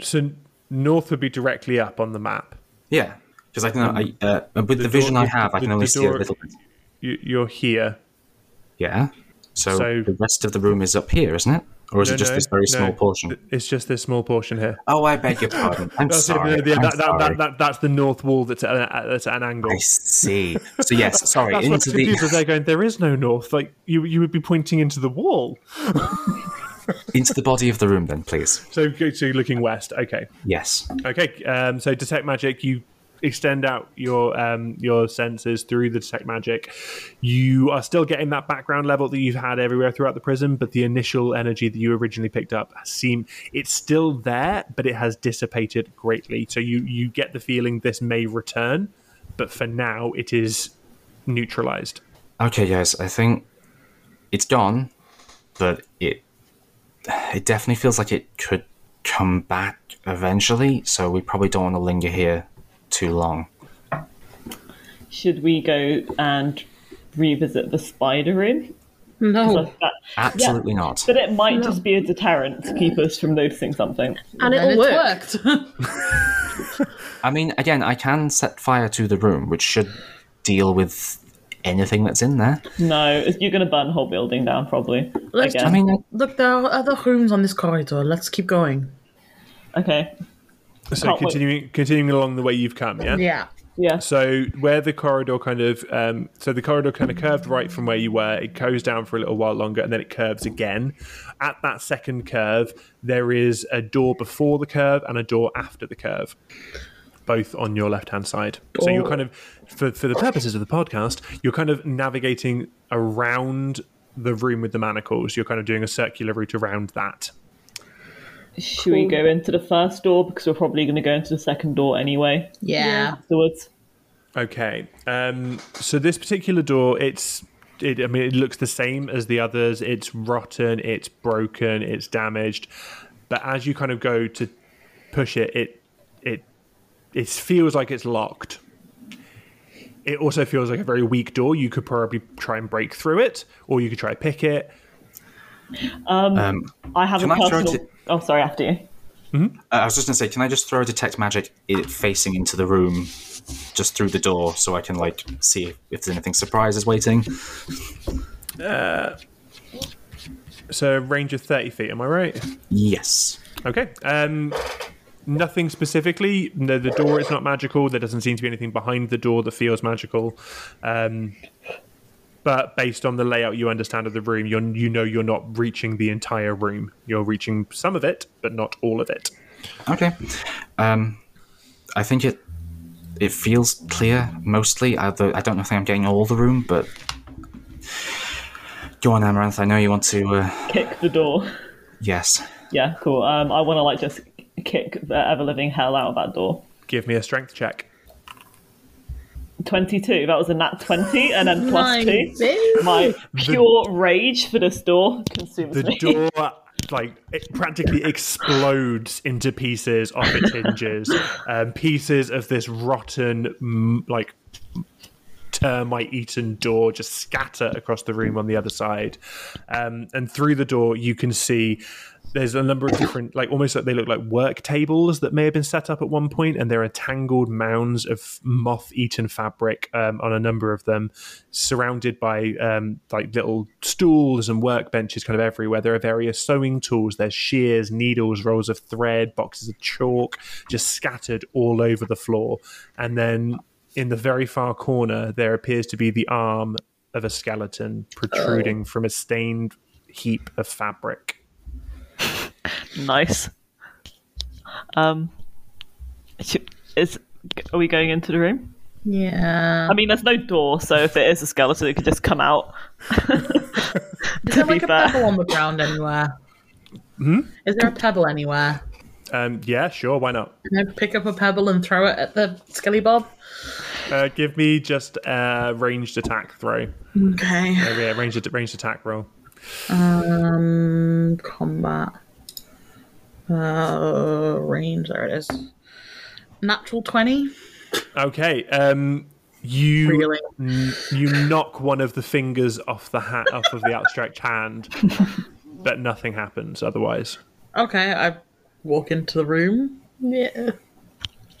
[SPEAKER 1] so north would be directly up on the map.
[SPEAKER 2] Yeah, because I can. I, uh, with the,
[SPEAKER 1] the
[SPEAKER 2] vision
[SPEAKER 1] door-
[SPEAKER 2] I have,
[SPEAKER 1] the-
[SPEAKER 2] I can
[SPEAKER 1] the
[SPEAKER 2] only see a
[SPEAKER 1] door-
[SPEAKER 2] little bit.
[SPEAKER 1] You, you're here.
[SPEAKER 2] Yeah. So,
[SPEAKER 1] So-
[SPEAKER 2] the rest of the room is up here, isn't it? Or is
[SPEAKER 1] No,
[SPEAKER 2] it just
[SPEAKER 1] no,
[SPEAKER 2] this very
[SPEAKER 1] no.
[SPEAKER 2] small portion?
[SPEAKER 1] It's just this small portion here.
[SPEAKER 2] Oh, I beg your pardon. I'm
[SPEAKER 1] That's, it,
[SPEAKER 2] sorry.
[SPEAKER 1] the- the-
[SPEAKER 2] I'm
[SPEAKER 1] that- that-
[SPEAKER 2] sorry.
[SPEAKER 1] that- that- that's the north wall that's at, a- that's at an angle.
[SPEAKER 2] I see. So yes, sorry.
[SPEAKER 1] That's what's
[SPEAKER 2] into the
[SPEAKER 1] confused is they're going, there is no north. Like, you, you would be pointing into the wall.
[SPEAKER 2] into the body of the room, then, please.
[SPEAKER 1] So, go to looking west. Okay.
[SPEAKER 2] Yes.
[SPEAKER 1] Okay. Um, so, detect magic, you extend out your um, your senses through the detect magic. You are still getting that background level that you've had everywhere throughout the prison, but the initial energy that you originally picked up seem it's still there, but it has dissipated greatly. So, you, you get the feeling this may return, but for now, it is neutralized.
[SPEAKER 2] Okay, guys. I think it's gone, but it it definitely feels like it could come back eventually. So we probably don't want to linger here too long.
[SPEAKER 3] should we go and revisit the spider room?
[SPEAKER 5] No.
[SPEAKER 2] Absolutely not.
[SPEAKER 3] But it might just be a deterrent to keep us from noticing something.
[SPEAKER 5] And
[SPEAKER 4] And it'll
[SPEAKER 5] it's
[SPEAKER 4] work.
[SPEAKER 5] worked.
[SPEAKER 2] I mean, again, I can set fire to the room, which should deal with anything that's in there.
[SPEAKER 3] No, you're going to burn the whole building down probably.
[SPEAKER 5] Let's-
[SPEAKER 3] again.
[SPEAKER 2] I mean,
[SPEAKER 5] Look, there are other rooms on this corridor. Let's keep going.
[SPEAKER 3] okay.
[SPEAKER 1] So
[SPEAKER 3] Can't wait.
[SPEAKER 1] continuing continuing along the way you've come, yeah.
[SPEAKER 5] Yeah.
[SPEAKER 3] Yeah.
[SPEAKER 1] So where the corridor kind of um, so the corridor kind of curved right from where you were. It goes down for a little while longer, and then it curves again. At that second curve, there is a door before the curve and a door after the curve, both on your left hand side. So you're kind of for for the purposes of the podcast, you're kind of navigating around the room with the manacles. You're kind of doing a circular route around that.
[SPEAKER 3] Should we go into the first door because we're probably going to go into the second door anyway
[SPEAKER 5] Yeah.
[SPEAKER 3] afterwards?
[SPEAKER 1] Okay. Um, so this particular door, it's. It, I mean, it looks the same as the others. It's rotten. It's broken. It's damaged. But as you kind of go to push it, it it it feels like it's locked. It also feels like a very weak door. You could probably try and break through it, or you could try to pick it.
[SPEAKER 3] I have
[SPEAKER 2] Can
[SPEAKER 3] a
[SPEAKER 2] I throw
[SPEAKER 3] personal.
[SPEAKER 2] it-
[SPEAKER 3] Oh, sorry, after you.
[SPEAKER 2] I I was just gonna say, can I just throw a detect magic it facing into the room, just through the door, so I can like see if there's anything surprises waiting?
[SPEAKER 1] So a range of thirty feet. Am I right?
[SPEAKER 2] Yes.
[SPEAKER 1] Okay. Um, nothing specifically. No, the door is not magical. There doesn't seem to be anything behind the door that feels magical. Um, but based on the layout you understand of the room, you're, you know you're not reaching the entire room. You're reaching some of it, but not all of it.
[SPEAKER 2] Okay. Um, I think it it feels clear mostly. I, I don't know if I'm getting all the room, but go on, Amaranth. I know you want to. Uh,
[SPEAKER 3] Kick the door.
[SPEAKER 2] yes.
[SPEAKER 3] Yeah, cool. Um, I want to like just kick the ever living hell out of that door.
[SPEAKER 1] Give me a strength check.
[SPEAKER 3] 22. That was a nat 20 and then plus
[SPEAKER 5] Nice.
[SPEAKER 3] 2. My pure rage for this door consumes
[SPEAKER 1] The
[SPEAKER 3] me.
[SPEAKER 1] door. Like it practically explodes into pieces off its hinges, um, pieces of this rotten, mm, like termite eaten door just scatter across the room on the other side. Um, and through the door, you can see there's a number of different, like almost like they look like work tables that may have been set up at one point, and there are tangled mounds of moth eaten fabric um, on a number of them, surrounded by um, like little stools and workbenches kind of everywhere. There are various sewing tools, there's shears, needles, rolls of thread, boxes of chalk, just scattered all over the floor. And then in the very far corner, there appears to be the arm of a skeleton protruding from a stained heap of fabric.
[SPEAKER 3] Nice. Um, should- is are we going into the room?
[SPEAKER 5] Yeah.
[SPEAKER 3] I mean, there's no door, so if it is a skeleton, it could just come out.
[SPEAKER 5] Is there
[SPEAKER 3] be
[SPEAKER 5] like a
[SPEAKER 3] fair.
[SPEAKER 5] pebble on the ground anywhere? Hmm? Is there a pebble anywhere?
[SPEAKER 1] Um, yeah, sure, why not?
[SPEAKER 5] Can I pick up a pebble and throw it at the skelly bob?
[SPEAKER 1] Uh, give me just a ranged attack throw.
[SPEAKER 5] Okay.
[SPEAKER 1] Oh, yeah, ranged, ranged attack roll.
[SPEAKER 5] Um, combat. Uh, range. There it is. Natural twenty.
[SPEAKER 1] Okay. Um, you
[SPEAKER 5] Really?
[SPEAKER 1] n- you knock one of the fingers off the hat off of the outstretched hand, but nothing happens otherwise.
[SPEAKER 5] Okay, I walk into the room.
[SPEAKER 4] Yeah.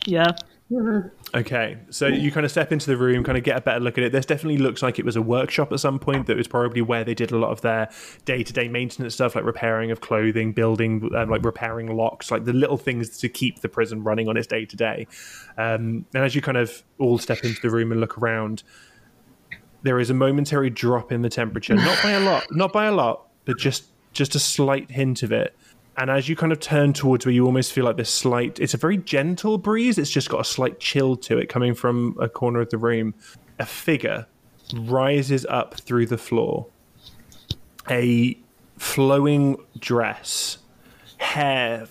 [SPEAKER 3] Yeah.
[SPEAKER 1] Okay, so you kind of step into the room, kind of get a better look at it. This definitely looks like it was a workshop at some point. That was probably where they did a lot of their day-to-day maintenance stuff, like repairing of clothing, building, um, like repairing locks, like the little things to keep the prison running on its day-to-day. Um, and as you kind of all step into the room and look around, there is a momentary drop in the temperature, not by a lot, not by a lot, but just just a slight hint of it. And as you kind of turn towards where you almost feel like this slight, it's a very gentle breeze. It's just got a slight chill to it coming from a corner of the room. A figure rises up through the floor. A flowing dress, hair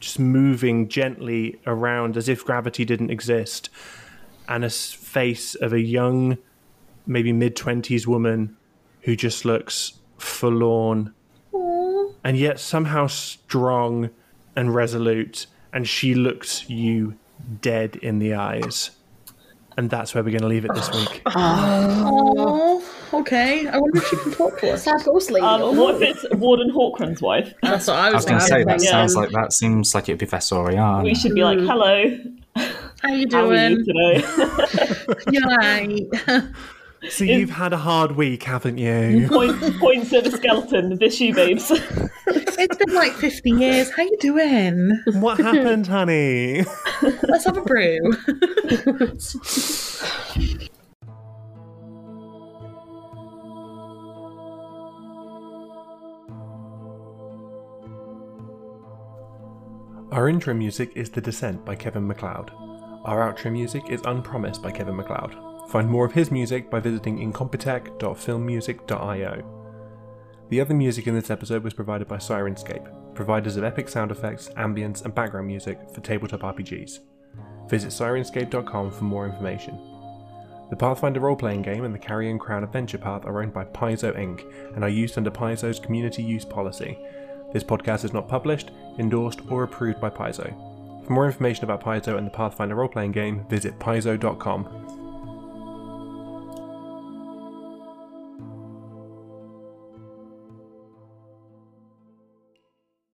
[SPEAKER 1] just moving gently around as if gravity didn't exist, and a s- face of a young maybe mid 20s woman who just looks forlorn and yet somehow strong and resolute. And she looks you dead in the eyes. And that's where we're going to leave it this week.
[SPEAKER 5] Oh, okay. I wonder if she can talk to us.
[SPEAKER 4] Sad ghost lady.
[SPEAKER 3] Um, what if it's Warden Hawkran's wife?
[SPEAKER 5] That's what I
[SPEAKER 2] I
[SPEAKER 5] was,
[SPEAKER 2] was going to say that
[SPEAKER 3] Yeah.
[SPEAKER 2] sounds like that seems like it'd be Vesorian.
[SPEAKER 3] We should be like, hello,
[SPEAKER 5] How you
[SPEAKER 3] how are you
[SPEAKER 5] doing?
[SPEAKER 3] today? (laughs)
[SPEAKER 5] You're (laughs) right.
[SPEAKER 1] So you've had a hard week, haven't you?
[SPEAKER 3] Point, points at the skeleton, this you, babes. (laughs)
[SPEAKER 5] it's been like 50 years. How you doing?
[SPEAKER 1] What happened, honey?
[SPEAKER 5] Let's have a brew. (laughs)
[SPEAKER 1] Our intro music is The Descent by Kevin MacLeod. Our outro music is Unpromised by Kevin MacLeod. Find more of his music by visiting incompetech.filmmusic.io. The other music in this episode was provided by Sirenscape, providers of epic sound effects, ambience, and background music for tabletop RPGs. Visit sirenscape.com for more information. The Pathfinder role playing game and the Carrion Crown Adventure Path are owned by Paizo Inc. and are used under Paizo's community use policy. This podcast is not published, endorsed, or approved by Paizo. For more information about Paizo and the Pathfinder role playing game, visit paizo.com.